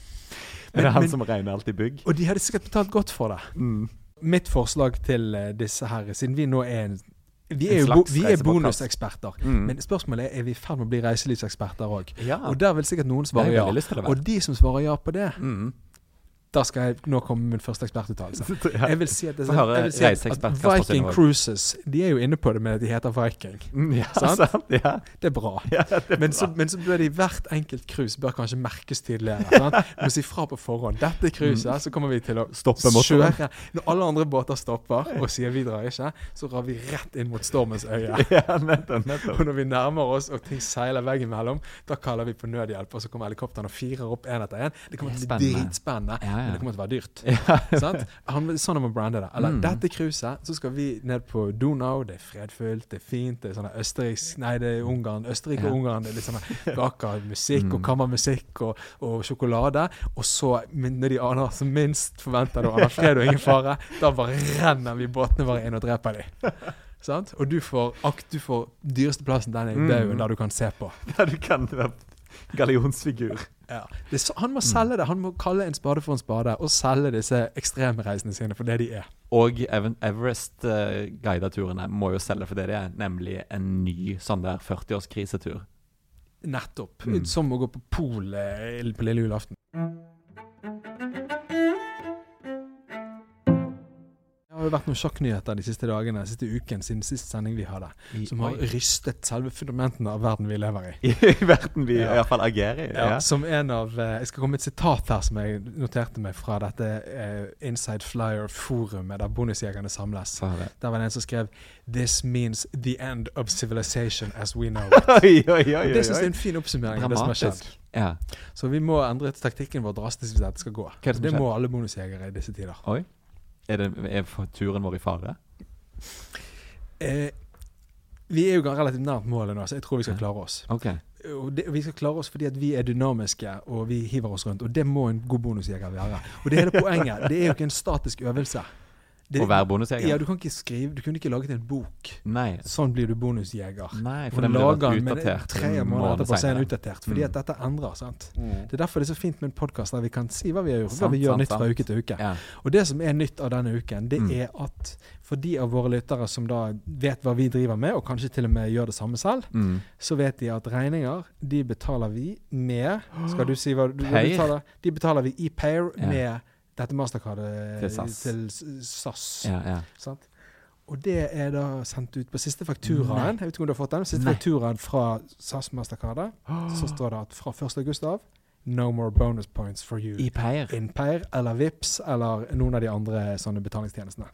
Speaker 2: Er det
Speaker 1: Men-
Speaker 2: han
Speaker 1: men-
Speaker 2: som regner alt i bygg?
Speaker 1: Og de hadde sikkert betalt godt for det.
Speaker 2: Mm.
Speaker 1: Mitt forslag til eh, disse her, siden vi nå er en vi er,
Speaker 2: En
Speaker 1: jo bo,
Speaker 2: slags
Speaker 1: vi er
Speaker 2: reisepodcast.
Speaker 1: bonuseksperter, men spørsmålet er er vi i ferd med å bli reiselivseksperter òg.
Speaker 2: Ja.
Speaker 1: Og der vil sikkert noen svare
Speaker 2: Det har jeg
Speaker 1: ja.
Speaker 2: veldig lyst til å være. Mm.
Speaker 1: Og de som svarer ja på det, da skal jeg nå komme med min første ekspertuttalelse.
Speaker 2: Ja.
Speaker 1: Jeg vil si at, det,
Speaker 2: Få høre
Speaker 1: jeg vil si at,
Speaker 2: reiseekspert
Speaker 1: at
Speaker 2: Kasper
Speaker 1: Viking
Speaker 2: Sønderhaug.
Speaker 1: Cruises De er jo inne på det med at de heter Viking.
Speaker 2: Mm, Ja, altså.
Speaker 1: Sant?
Speaker 2: sant? Ja.
Speaker 1: Det er bra. men, så, men så bør de hvert enkelt cruise bør kanskje merkes tydeligere. Sant? Du må si fra på forhånd. Dette cruiset, så kommer vi til å
Speaker 2: Mm. Stoppe motoren.
Speaker 1: kjøre. Når alle andre båter stopper og sier vi drar ikke, så rar vi rett inn mot stormens øye.
Speaker 2: ja, nettopp. nettopp.
Speaker 1: Og når vi nærmer oss og ting seiler veggimellom, da kaller vi på nødhjelp, og så kommer helikopterne og firer opp én etter én. Det kommer til å bli
Speaker 2: Spennende.
Speaker 1: dritspennende,
Speaker 2: Ja, ja.
Speaker 1: men det kommer til å være dyrt. Sant? Han, sånn om å brande det.
Speaker 2: Mm.
Speaker 1: Eller dette cruiset, så skal vi ned på Donau, det er fredfullt, det er fint, det er sånn Østerriks Nei, det er Ungarn. Østerrike
Speaker 2: Ja. Mm.
Speaker 1: og Ungarn. Det er litt sånn vakker musikk og kammermusikk og, og sjokolade. Og så, men når de aner som minst forventer det, og aner fred og ingen fare, da bare renner vi båtene våre inn og dreper dem. Sant? Og du får, ak, du får dyreste plassen den er
Speaker 2: Mm.
Speaker 1: i baugen der du kan se på.
Speaker 2: Ja, du kan være gallionsfigur.
Speaker 1: Ja. Det, er så- han må selge det. Han må kalle en spade for en spade, og selge disse ekstremreisene sine for det de er.
Speaker 2: Og eh, Everest-guideturene må jo selge for det det er, nemlig en ny sånn der 40-årskrisetur.
Speaker 1: Nettopp. Som å gå på polet på lille julaften. Det har jo vært noen sjokknyheter de siste dagene, siste uken, siden sist sending vi hadde, som har rystet selve fundamentene av verden vi lever i.
Speaker 2: I verden vi
Speaker 1: Ja.
Speaker 2: i hvert fall agerer i.
Speaker 1: Ja, som en av eh, Jeg skal komme med et sitat her som jeg noterte meg fra dette eh, Inside Flyer-forumet der bonusjegerne samles.
Speaker 2: Få høre.
Speaker 1: Der var det en som skrev 'This means the end of civilization as we know it'.
Speaker 2: Oi, oi, oi, oi,
Speaker 1: Det synes jeg er
Speaker 2: oi.
Speaker 1: en fin oppsummering av det som har skjedd.
Speaker 2: Dramatisk. Ja.
Speaker 1: Så vi må endre taktikken vår drastisk hvis dette skal gå.
Speaker 2: er
Speaker 1: Så
Speaker 2: det som
Speaker 1: det
Speaker 2: skjer?
Speaker 1: må alle bonusjegere i disse tider.
Speaker 2: Oi. Er, det, er for- turen vår i fare?
Speaker 1: Eh, vi er jo relativt nært målet nå, så jeg tror vi skal klare oss.
Speaker 2: OK.
Speaker 1: og det, vi skal klare oss fordi at vi er dynamiske og vi hiver oss rundt. Og det må en god bonusjeger være. Og det er det poenget. Det er jo ikke en statisk øvelse. Det-
Speaker 2: Å være bonusjeger?
Speaker 1: Ja, du kan ikke skrive Du kunne ikke laget en bok.
Speaker 2: Nei.
Speaker 1: Sånn blir du bonusjeger.
Speaker 2: Nei,
Speaker 1: Og
Speaker 2: for
Speaker 1: du
Speaker 2: den ble
Speaker 1: lager den, men
Speaker 2: utdatert
Speaker 1: tre
Speaker 2: en
Speaker 1: måneder
Speaker 2: måned
Speaker 1: etterpå så er den
Speaker 2: senere. Mm.
Speaker 1: utdatert. Fordi at dette endrer. sant? Det er derfor det er så fint med en podkast der vi kan si hva vi har gjort. Hva
Speaker 2: Sant,
Speaker 1: vi gjør
Speaker 2: sant,
Speaker 1: nytt fra
Speaker 2: sant.
Speaker 1: uke til uke.
Speaker 2: Ja. Mm.
Speaker 1: Og det som er nytt av denne uken, det er at for de av våre lyttere som da vet hva vi driver med, og kanskje til og med gjør det samme selv,
Speaker 2: Mm.
Speaker 1: så vet de at regninger, de betaler vi med Skal du si hva du du
Speaker 2: Payr?
Speaker 1: betaler? De betaler vi i Payr
Speaker 2: Ja.
Speaker 1: med dette mastercardet
Speaker 2: Til SAS.
Speaker 1: til S- SAS.
Speaker 2: Ja, ja.
Speaker 1: Sant? Og det er da sendt ut på siste fakturaen. Jeg vet ikke om du har fått den. Siste
Speaker 2: Nei.
Speaker 1: fakturaen fra SAS Mastercardet. Så står det at fra 1. august av No more bonus points for you.
Speaker 2: I Peir.
Speaker 1: In Payr eller Vips eller noen av de andre sånne betalingstjenestene.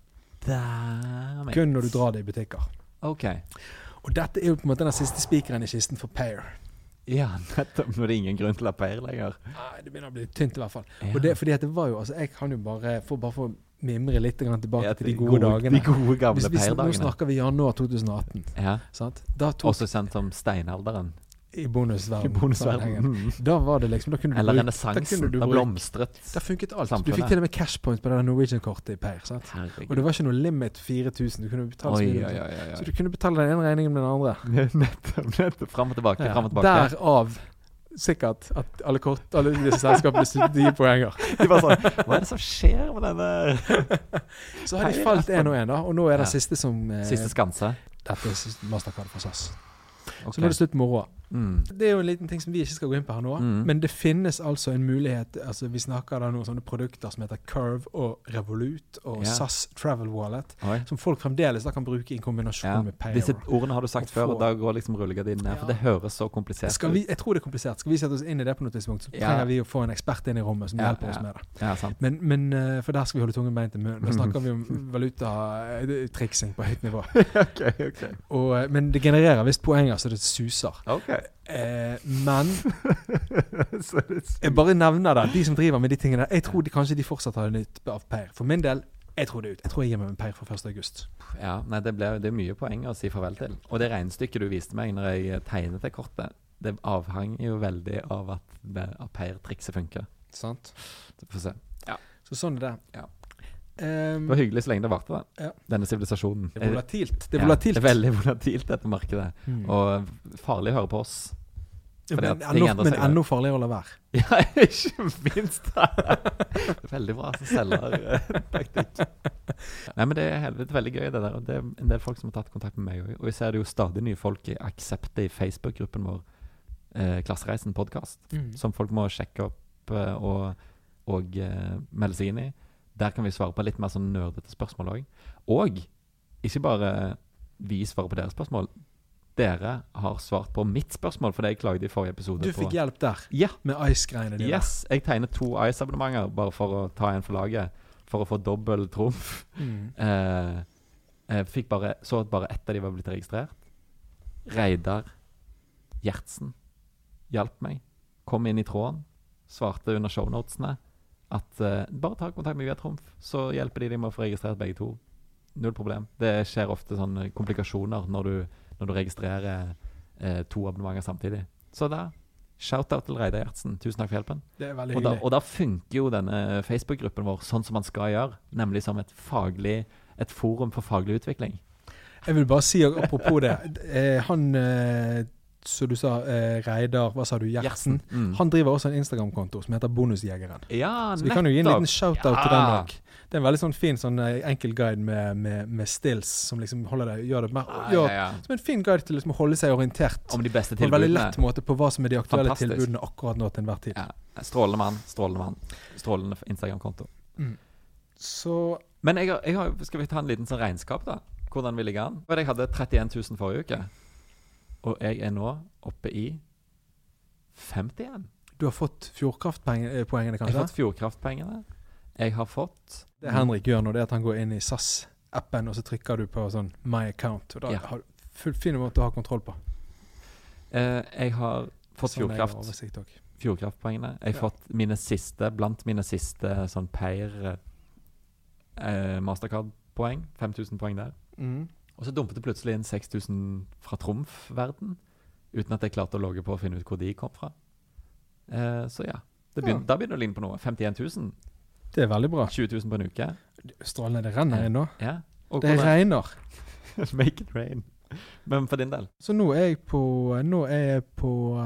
Speaker 2: Dæven.
Speaker 1: Kun når du drar det i butikker.
Speaker 2: OK.
Speaker 1: Og dette er jo på en måte den siste spikeren i kisten for Payr.
Speaker 2: Ja, nettopp. Nå er det ingen grunn til å ha Peir lenger.
Speaker 1: Nei, det begynner å bli tynt i hvert fall.
Speaker 2: Ja.
Speaker 1: Og det, fordi at det var jo, altså Jeg kan jo bare få, bare få mimre litt grann tilbake
Speaker 2: Ja,
Speaker 1: til de gode dagene.
Speaker 2: De gode
Speaker 1: Hvis
Speaker 2: gamle
Speaker 1: vi, sn- nå
Speaker 2: Peir-dagene.
Speaker 1: snakker vi januar 2018.
Speaker 2: Ja.
Speaker 1: sant? Da tok
Speaker 2: Også kjent som steinalderen.
Speaker 1: I bonusverden.
Speaker 2: I bonusverden. mm.
Speaker 1: sammenhengen. Da var det liksom, da kunne du
Speaker 2: Eller
Speaker 1: bruke- Da, kunne
Speaker 2: renessansen.
Speaker 1: du
Speaker 2: Da
Speaker 1: bruke-
Speaker 2: blomstret
Speaker 1: da funket alt. Du
Speaker 2: samfunnet.
Speaker 1: fikk til og med cashpoint på det der Norwegian-kortet i Payr. sant? Og
Speaker 2: Herregud.
Speaker 1: det var ikke noe limit 4000. Du kunne betale så
Speaker 2: Oi,
Speaker 1: mye.
Speaker 2: oi, oi, oi,
Speaker 1: Så
Speaker 2: oi.
Speaker 1: du kunne betale den ene regningen med den andre.
Speaker 2: Nettopp. nettopp. Fram og tilbake, fram og tilbake.
Speaker 1: Derav sikkert at alle kort, alle disse selskapene sluttet å gi poenger.
Speaker 2: De bare sånn Hva er det som skjer med denne
Speaker 1: Så har de falt én og én, da. Og nå er det
Speaker 2: Ja.
Speaker 1: siste som eh,
Speaker 2: siste skanse?
Speaker 1: Dette er siste Mastercard for SAS.
Speaker 2: Ok.
Speaker 1: Så nå er det slutt med moroa.
Speaker 2: Mm.
Speaker 1: Det er jo en liten ting som vi ikke skal gå inn på her nå,
Speaker 2: Mm.
Speaker 1: men det finnes altså en mulighet altså Vi snakker da noen sånne produkter som heter Curve og Revolut og
Speaker 2: Ja.
Speaker 1: SAS Travel Wallet,
Speaker 2: Oi.
Speaker 1: som folk fremdeles da kan bruke i kombinasjon
Speaker 2: Ja.
Speaker 1: med Payer.
Speaker 2: Disse ordene har du
Speaker 1: Å
Speaker 2: sagt før,
Speaker 1: få-
Speaker 2: og da går liksom rullegardinen ned. For det høres så komplisert
Speaker 1: Skal vi, jeg tror det er komplisert. Skal vi sette oss inn i det på noe tidspunkt, så
Speaker 2: Ja.
Speaker 1: trenger vi å få en ekspert inn i rommet som
Speaker 2: Ja,
Speaker 1: hjelper oss
Speaker 2: ja.
Speaker 1: med det.
Speaker 2: ut. Ja, sant.
Speaker 1: Men, men eh, For der skal vi holde tungen beint i munnen. Da snakker vi om valutatriksing på høyt nivå.
Speaker 2: ok, ok.
Speaker 1: Og, eh, men det genererer visst poenger så det suser. Eh, men jeg bare nevner det. De som driver med de tingene der, jeg tror de, kanskje de fortsatt har nytt av Peir. For min del, jeg tror det ut. Jeg tror jeg gir meg med Peir fra 1. august.
Speaker 2: Ja, nei, det, ble, det er mye poeng å si farvel til. Og det regnestykket du viste meg når jeg eh, tegnet det kortet, det avhang jo veldig av at det apair-trikset funker.
Speaker 1: Sant?
Speaker 2: Så Få se.
Speaker 1: Så sånn er det.
Speaker 2: Ja.
Speaker 1: Ehm,
Speaker 2: Det var hyggelig så lenge det varte, da.
Speaker 1: Ja.
Speaker 2: Denne sivilisasjonen.
Speaker 1: det er volatilt. Det
Speaker 2: Ja,
Speaker 1: er volatilt.
Speaker 2: det er veldig volatilt, dette markedet.
Speaker 1: Mm.
Speaker 2: Og farlig å høre på oss.
Speaker 1: Ja,
Speaker 2: fordi
Speaker 1: men
Speaker 2: at ting
Speaker 1: ennå-
Speaker 2: endrer
Speaker 1: men
Speaker 2: seg jo.
Speaker 1: ennå farligere å la være.
Speaker 2: Ja, ikke minst! Veldig bra som selgertaktikk. eh, Nei, men det er helvete veldig gøy, det der. Og det er en del folk som har tatt kontakt med meg òg. Og vi ser det jo stadig nye folk i Accept i Facebook-gruppen vår, eh, Klassereisen podkast, som folk må sjekke opp eh, og, og eh, melde seg inn i. Der kan vi svare på litt mer sånn nerdete spørsmål òg. Og ikke bare vi svarer på deres spørsmål. Dere har svart på mitt spørsmål, for det jeg klagde i forrige episode
Speaker 1: Du
Speaker 2: på.
Speaker 1: fikk hjelp der,
Speaker 2: Ja,
Speaker 1: med Ice-greiene dine.
Speaker 2: Yes, jeg tegner to Ice-abonnementer bare for å ta en for laget. For å få dobbel trumf.
Speaker 1: Mm.
Speaker 2: Eh, jeg fikk bare, så at bare ett av de var blitt registrert. Reidar Gjertsen hjalp meg. Kom inn i tråden. Svarte under shownotesene at eh, bare ta kontakt med via Trumf, så hjelper de deg med å få registrert begge to. Null problem. Det skjer ofte sånne komplikasjoner når du, når du registrerer eh, to abonnementer samtidig. Så da, shout-out til Reidar Gjertsen. Tusen takk for hjelpen.
Speaker 1: Det er veldig
Speaker 2: Og da,
Speaker 1: hyggelig.
Speaker 2: og da funker jo denne Facebook-gruppen vår sånn som man skal gjøre, nemlig som et, faglig, et forum for faglig utvikling.
Speaker 1: Jeg vil bare si apropos det. eh, Han eh, som du sa, eh, Reidar Hva sa du? Gjertsen?
Speaker 2: Mm.
Speaker 1: Han driver også en Instagram-konto som heter Bonusjegeren.
Speaker 2: Ja,
Speaker 1: Så vi kan jo gi en liten
Speaker 2: nettopp. Ah.
Speaker 1: shout-out
Speaker 2: Ja.
Speaker 1: til den òg. Det er en veldig sånn fin sånn eh, enkel guide med, med, med stills som liksom holder det, gjør det mer
Speaker 2: Ja,
Speaker 1: gjør,
Speaker 2: ja, ja.
Speaker 1: Som en fin guide til liksom å holde seg orientert
Speaker 2: Om de beste
Speaker 1: på en veldig lett
Speaker 2: tilbudene.
Speaker 1: måte på hva som er de aktuelle
Speaker 2: Fantastisk.
Speaker 1: tilbudene akkurat nå til enhver tid.
Speaker 2: Ja. Strålende mann, strålende mann. Strålende Instagram-konto.
Speaker 1: Så
Speaker 2: Men jeg, har- jeg har, skal vi ta en liten sånn regnskap, da? Hvordan vi ligger an? For Jeg hadde 31 000 forrige uke, og jeg er nå oppe i 51.
Speaker 1: du har fått Fjordkraft-poengene,
Speaker 2: Jeg har
Speaker 1: kanskje?
Speaker 2: fått Fjordkraft-pengene. Jeg har fått
Speaker 1: Det Henrik gjør nå, det er at han går inn i SAS-appen, og så trykker du på sånn My account. Og da
Speaker 2: Ja.
Speaker 1: har du full, fin måte å ha kontroll på.
Speaker 2: eh, Jeg har fått
Speaker 1: Sånn jeg har
Speaker 2: Fjordkraft.
Speaker 1: oversikt også.
Speaker 2: Fjordkraftpoengene. Jeg har
Speaker 1: Ja.
Speaker 2: fått mine siste, blant mine siste sånn pair eh, Mastercard-poeng. 5000 poeng der.
Speaker 1: Mm.
Speaker 2: Og så dumpet det plutselig inn 6000 fra Trumf-verden, uten at jeg klarte å logge på og finne ut hvor de kom fra. Eh, så ja. Det begyn- Da begynner det å ligne på noe. 51 000.
Speaker 1: Det er veldig bra.
Speaker 2: 20 000 på en uke.
Speaker 1: Strålende. Det renner inn nå.
Speaker 2: Ja. Og
Speaker 1: Det
Speaker 2: hvordan-
Speaker 1: regner.
Speaker 2: Make it rain. Men for din del.
Speaker 1: Så nå er jeg på Nå er jeg på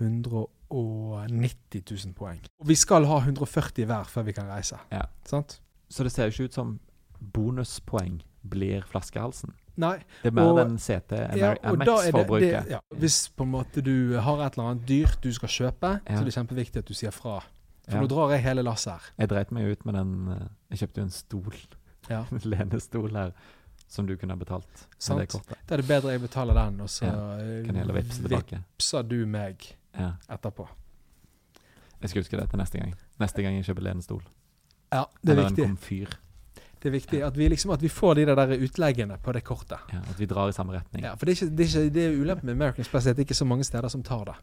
Speaker 1: eh, 190 000 poeng. Og vi skal ha 140 hver før vi kan reise.
Speaker 2: Ja.
Speaker 1: Sant?
Speaker 2: Så det ser jo ikke ut som bonuspoeng blir flaskehalsen.
Speaker 1: Nei.
Speaker 2: Det er mer
Speaker 1: Og-
Speaker 2: den CT
Speaker 1: Ja, og da er det, det
Speaker 2: MX-forbruket.
Speaker 1: ja. Hvis på en måte du har et eller annet dyrt du skal kjøpe,
Speaker 2: Ja.
Speaker 1: så er det kjempeviktig at du sier fra. For
Speaker 2: Ja.
Speaker 1: nå drar jeg hele lasset her.
Speaker 2: Jeg dreit meg ut med den eh, Jeg kjøpte jo en stol,
Speaker 1: Ja.
Speaker 2: en lenestol her, som du kunne ha betalt. med
Speaker 1: Sant.
Speaker 2: Det kortet.
Speaker 1: Da er det bedre jeg betaler den, og så eh,
Speaker 2: Kan jeg heller vippse tilbake.
Speaker 1: vipser du meg
Speaker 2: Ja.
Speaker 1: etterpå.
Speaker 2: Jeg skal huske det til neste gang. Neste gang jeg kjøper lenestol.
Speaker 1: Ja, det er
Speaker 2: Eller
Speaker 1: viktig.
Speaker 2: en komfyr.
Speaker 1: Det er viktig at vi, liksom, at vi får de der utleggene på det kortet.
Speaker 2: Ja, at vi drar i samme retning.
Speaker 1: Ja, for det er, ikke, det er, ikke, det er ulempen med American Express at det er ikke så mange steder som tar det.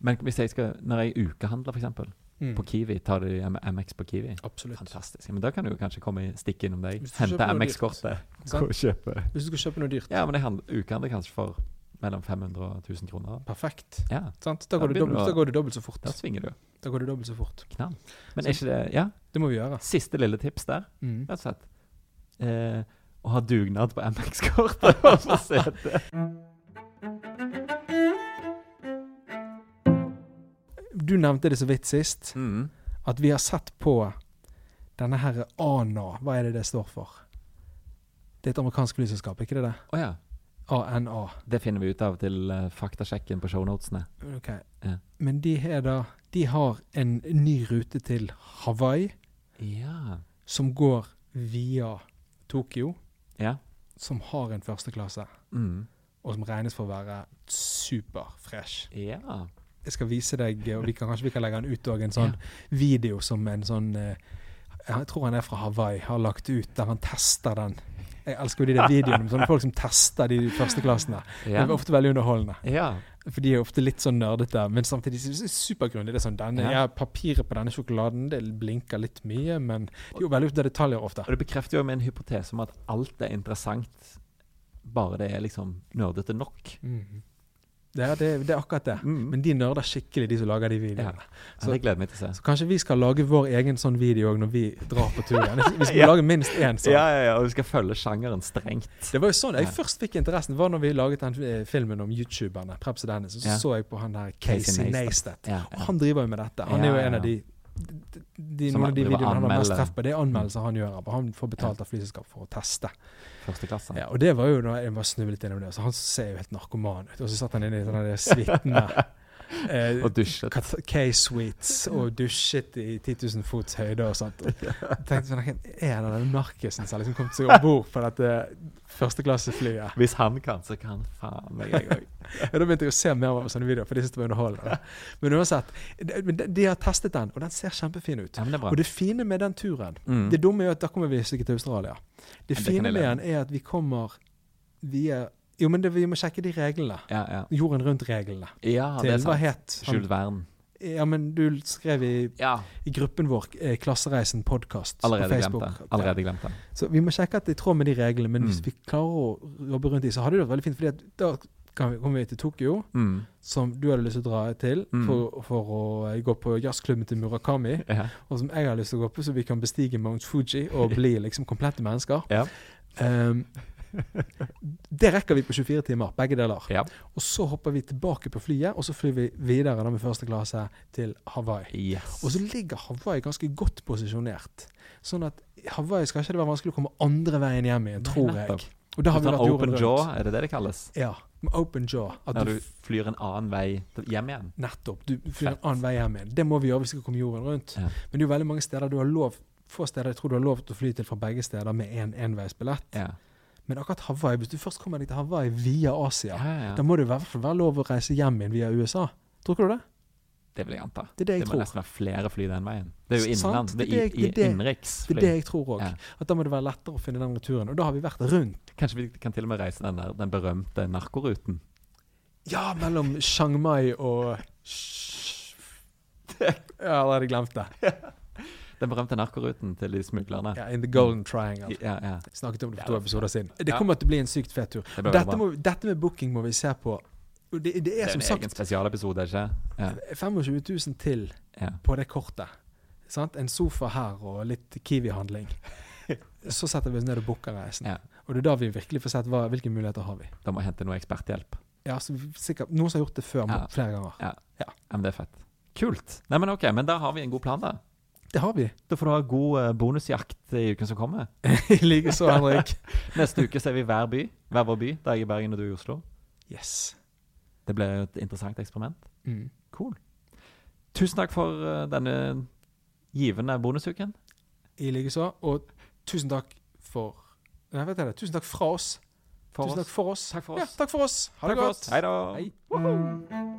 Speaker 2: Men hvis jeg skal, når jeg ukehandler, f.eks.,
Speaker 1: Mm.
Speaker 2: på Kiwi, tar du M- MX på Kiwi?
Speaker 1: Absolutt.
Speaker 2: Fantastisk. Men da kan du jo kanskje komme i- stikke innom deg,
Speaker 1: Hvis du
Speaker 2: hente
Speaker 1: kjøper noe
Speaker 2: MX-kortet
Speaker 1: Sant?
Speaker 2: og kjøpe.
Speaker 1: Hvis du skal kjøpe noe dyrt.
Speaker 2: Ja, men jeg handler, ukehandler kanskje for mellom 500 og 1000 kroner.
Speaker 1: Perfekt.
Speaker 2: Ja,
Speaker 1: Sant? Da,
Speaker 2: Da
Speaker 1: går det
Speaker 2: begynner
Speaker 1: dobbelt,
Speaker 2: du å-
Speaker 1: da går det dobbelt så fort.
Speaker 2: da svinger du.
Speaker 1: Da går det dobbelt så fort.
Speaker 2: Knall. Men er ikke det Ja,
Speaker 1: Det må vi gjøre.
Speaker 2: siste lille tips der.
Speaker 1: Mm.
Speaker 2: rett og slett. Eh, å ha dugnad på MX-kortet. bare for å se det.
Speaker 1: du nevnte det så vidt sist,
Speaker 2: Mm.
Speaker 1: at vi har sett på denne her ANA. Hva er det det står for? Det er et amerikansk flyselskap, ikke det det?
Speaker 2: Å ja.
Speaker 1: ANA.
Speaker 2: Det finner vi ut av til eh, faktasjekken på shownotene.
Speaker 1: Ok.
Speaker 2: Ja.
Speaker 1: Men de er da De har en ny rute til Hawaii
Speaker 2: Ja.
Speaker 1: som går via Tokyo,
Speaker 2: Ja.
Speaker 1: som har en førsteklasse,
Speaker 2: Mm.
Speaker 1: og som regnes for å være superfresh.
Speaker 2: ja.
Speaker 1: jeg skal vise deg, og vi kan, kanskje vi kan legge den ut òg, en sånn video som en sånn eh, Jeg tror han er fra Hawaii, har lagt ut der han tester den. Jeg elsker jo de der videoene om sånne folk som tester de førsteklassene. Det
Speaker 2: Ja.
Speaker 1: er ofte veldig underholdende.
Speaker 2: ja.
Speaker 1: For de er ofte litt sånn nerdete, men samtidig så er det supergrunnig. Det er sånn, denne, ja.
Speaker 2: Ja.
Speaker 1: Papiret på denne sjokoladen det blinker litt mye, men de er jo veldig ute av detaljer ofte.
Speaker 2: Og det bekrefter jo min hypotese om at alt er interessant, bare det er liksom nerdete nok.
Speaker 1: Det er, det, det er akkurat det.
Speaker 2: Mm.
Speaker 1: Men de nerder skikkelig, de som lager de
Speaker 2: Ja.
Speaker 1: videoene.
Speaker 2: Så det gleder jeg meg til å se.
Speaker 1: Så kanskje vi skal lage vår egen sånn video òg når vi drar på tur igjen. Vi skal lage minst én sånn.
Speaker 2: Ja, ja, ja, og vi skal følge sjangeren strengt.
Speaker 1: Det var jo sånn jeg først fikk interessen, var når vi laget den eh, filmen om youtuberne. Preps og Dennis, og så
Speaker 2: Ja.
Speaker 1: så jeg på han der
Speaker 2: Casey
Speaker 1: Casey
Speaker 2: Neistat.
Speaker 1: Neistat.
Speaker 2: Ja,
Speaker 1: Og
Speaker 2: ja.
Speaker 1: han driver jo med dette. Han
Speaker 2: Ja,
Speaker 1: er jo
Speaker 2: ja,
Speaker 1: en av
Speaker 2: ja.
Speaker 1: de, de, de
Speaker 2: Som
Speaker 1: Noen av de
Speaker 2: driver
Speaker 1: videoene han har mest
Speaker 2: anmelder. Mm.
Speaker 1: treff på, det er anmeldelser han gjør. For han får betalt av flyselskap for å teste.
Speaker 2: Første klasse.
Speaker 1: Ja, og det var jo når jeg var snublet innom det. Så han ser jo helt narkoman ut. Og så satt han inne i sånne der suitene. eh,
Speaker 2: Og dusjet.
Speaker 1: kat- K-sweets og dusjet i 10 000 fots høyde og sånt. Og tenkte sånn, hvem er det den narkisen som har liksom kommet seg om bord på dette førsteklasseflyet?
Speaker 2: Hvis han kan, så kan faen meg jeg òg.
Speaker 1: Ja, Da begynte jeg å se mer av sånne videoer, for de syntes det var underholdende. Men uansett, de, men de- de har testet den, og den ser kjempefin ut.
Speaker 2: Ja, men det er bra.
Speaker 1: og det fine med den turen
Speaker 2: Mm.
Speaker 1: Det dumme er jo at da kommer vi sikkert til Australia. Det
Speaker 2: kan
Speaker 1: fine
Speaker 2: jeg
Speaker 1: med
Speaker 2: leve
Speaker 1: den er at vi kommer via Jo, men det, vi må sjekke de reglene.
Speaker 2: Ja, ja.
Speaker 1: Jorden rundt-reglene.
Speaker 2: ja, det
Speaker 1: Til
Speaker 2: er
Speaker 1: hva
Speaker 2: sant.
Speaker 1: het
Speaker 2: Jules Verne.
Speaker 1: Ja, men du skrev i,
Speaker 2: Ja.
Speaker 1: i gruppen vår eh, Klassereisen podkast på
Speaker 2: Allerede glemt
Speaker 1: Facebook.
Speaker 2: det. Allerede glemt det.
Speaker 1: Så vi må sjekke at det er i tråd med de reglene, men hvis
Speaker 2: Mm.
Speaker 1: vi klarer å jobbe rundt de, så hadde det vært veldig fint, fordi at da kan vi, kommer vi til Tokyo.
Speaker 2: Mm.
Speaker 1: som du hadde lyst til å dra til
Speaker 2: Mm.
Speaker 1: for, for å eh, gå på jazzklubben til Murakami,
Speaker 2: Ja.
Speaker 1: og som jeg har lyst til å gå på, så vi kan bestige Mount Fuji og bli liksom komplette mennesker.
Speaker 2: Ja.
Speaker 1: Ehm, det rekker vi på 24 timer, begge deler.
Speaker 2: Ja.
Speaker 1: Og så hopper vi tilbake på flyet, og så flyr vi videre da med første klasse til Hawaii.
Speaker 2: Yes.
Speaker 1: Og så ligger Hawaii ganske godt posisjonert. Sånn at Hawaii skal ikke det være vanskelig å komme andre veien hjem igjen, tror jeg.
Speaker 2: nettopp.
Speaker 1: Og da har vi
Speaker 2: Sånn
Speaker 1: vært
Speaker 2: open
Speaker 1: jorden
Speaker 2: jaw,
Speaker 1: rundt.
Speaker 2: er det det det kalles?
Speaker 1: Ja, med open jaw. At
Speaker 2: Når
Speaker 1: du
Speaker 2: du flyr en annen vei til- hjem igjen?
Speaker 1: Nettopp. Du flyr en
Speaker 2: Fett.
Speaker 1: annen vei hjem igjen. Det må vi gjøre hvis vi skal komme jorden rundt.
Speaker 2: Ja.
Speaker 1: Men det er jo veldig mange steder du har lov få steder jeg tror du har lov til å fly til fra begge steder med en enveisbillett.
Speaker 2: Ja.
Speaker 1: Men akkurat Hawaii, hvis du først kommer deg til Hawaii via Asia,
Speaker 2: Ja, ja, ja.
Speaker 1: da må det i hvert fall være lov å reise hjem igjen via USA. Tror ikke du det?
Speaker 2: Det vil jeg anta.
Speaker 1: Det er det jeg
Speaker 2: må
Speaker 1: tror.
Speaker 2: nesten være flere fly den veien. Det er
Speaker 1: Sant,
Speaker 2: jo innenlands. Det
Speaker 1: det er
Speaker 2: er
Speaker 1: det
Speaker 2: i-
Speaker 1: jeg- det er
Speaker 2: i-
Speaker 1: det- Det
Speaker 2: innenriksfly.
Speaker 1: er det jeg tror òg.
Speaker 2: Ja.
Speaker 1: At da må det være lettere å finne den returen. Og da har vi vært rundt.
Speaker 2: Kanskje vi kan til og med reise den, der, den berømte narkoruten?
Speaker 1: Ja, mellom Chiang Mai og Sh- Ja, allerede glemt det.
Speaker 2: Den berømte narkoruten til de smuglerne?
Speaker 1: Ja, In the Golden Triangle.
Speaker 2: ja, ja.
Speaker 1: Snakket om det for
Speaker 2: Ja,
Speaker 1: to
Speaker 2: det-
Speaker 1: episoder siden. Det
Speaker 2: Ja.
Speaker 1: kommer til å bli en sykt fet tur.
Speaker 2: Det blir
Speaker 1: Dette,
Speaker 2: bra.
Speaker 1: må, dette med booking må vi se på. Og Det, det
Speaker 2: Det
Speaker 1: er
Speaker 2: er
Speaker 1: som
Speaker 2: en egen
Speaker 1: sagt
Speaker 2: spesialepisode, ikke Ja.
Speaker 1: 25 000 til
Speaker 2: ja.
Speaker 1: på det kortet. Sant? En sofa her og litt Kiwi-handling. Så setter vi oss ned og booker reisen.
Speaker 2: Ja.
Speaker 1: Og det er da vi virkelig får sett hva, hvilke muligheter har vi
Speaker 2: Da må jeg hente noe eksperthjelp.
Speaker 1: Ja, så vi- sikkert Noen som har gjort det før
Speaker 2: Ja.
Speaker 1: flere ganger.
Speaker 2: Ja.
Speaker 1: Ja.
Speaker 2: ja, men det er fett. Kult. Nei, men ok, men da har vi en god plan, da.
Speaker 1: Det har vi.
Speaker 2: Da får du ha god eh, bonusjakt i uken som kommer.
Speaker 1: Likeså, Henrik.
Speaker 2: Neste uke ser vi hver by. Hver vår by. Da er jeg i Bergen og du i Oslo.
Speaker 1: Yes.
Speaker 2: Det blir jo et interessant eksperiment.
Speaker 1: Mm.
Speaker 2: Cool. Tusen takk for eh, denne givende bonusuken.
Speaker 1: I likeså. Og tusen takk for Nei, vet jeg det. Tusen takk fra oss.
Speaker 2: For
Speaker 1: tusen
Speaker 2: oss.
Speaker 1: takk for oss.
Speaker 2: Takk for
Speaker 1: Ja,
Speaker 2: oss.
Speaker 1: takk for oss. Ha
Speaker 2: Takk
Speaker 1: det
Speaker 2: for
Speaker 1: godt.
Speaker 2: oss. Hei da.
Speaker 1: Hei.
Speaker 2: Woohoo.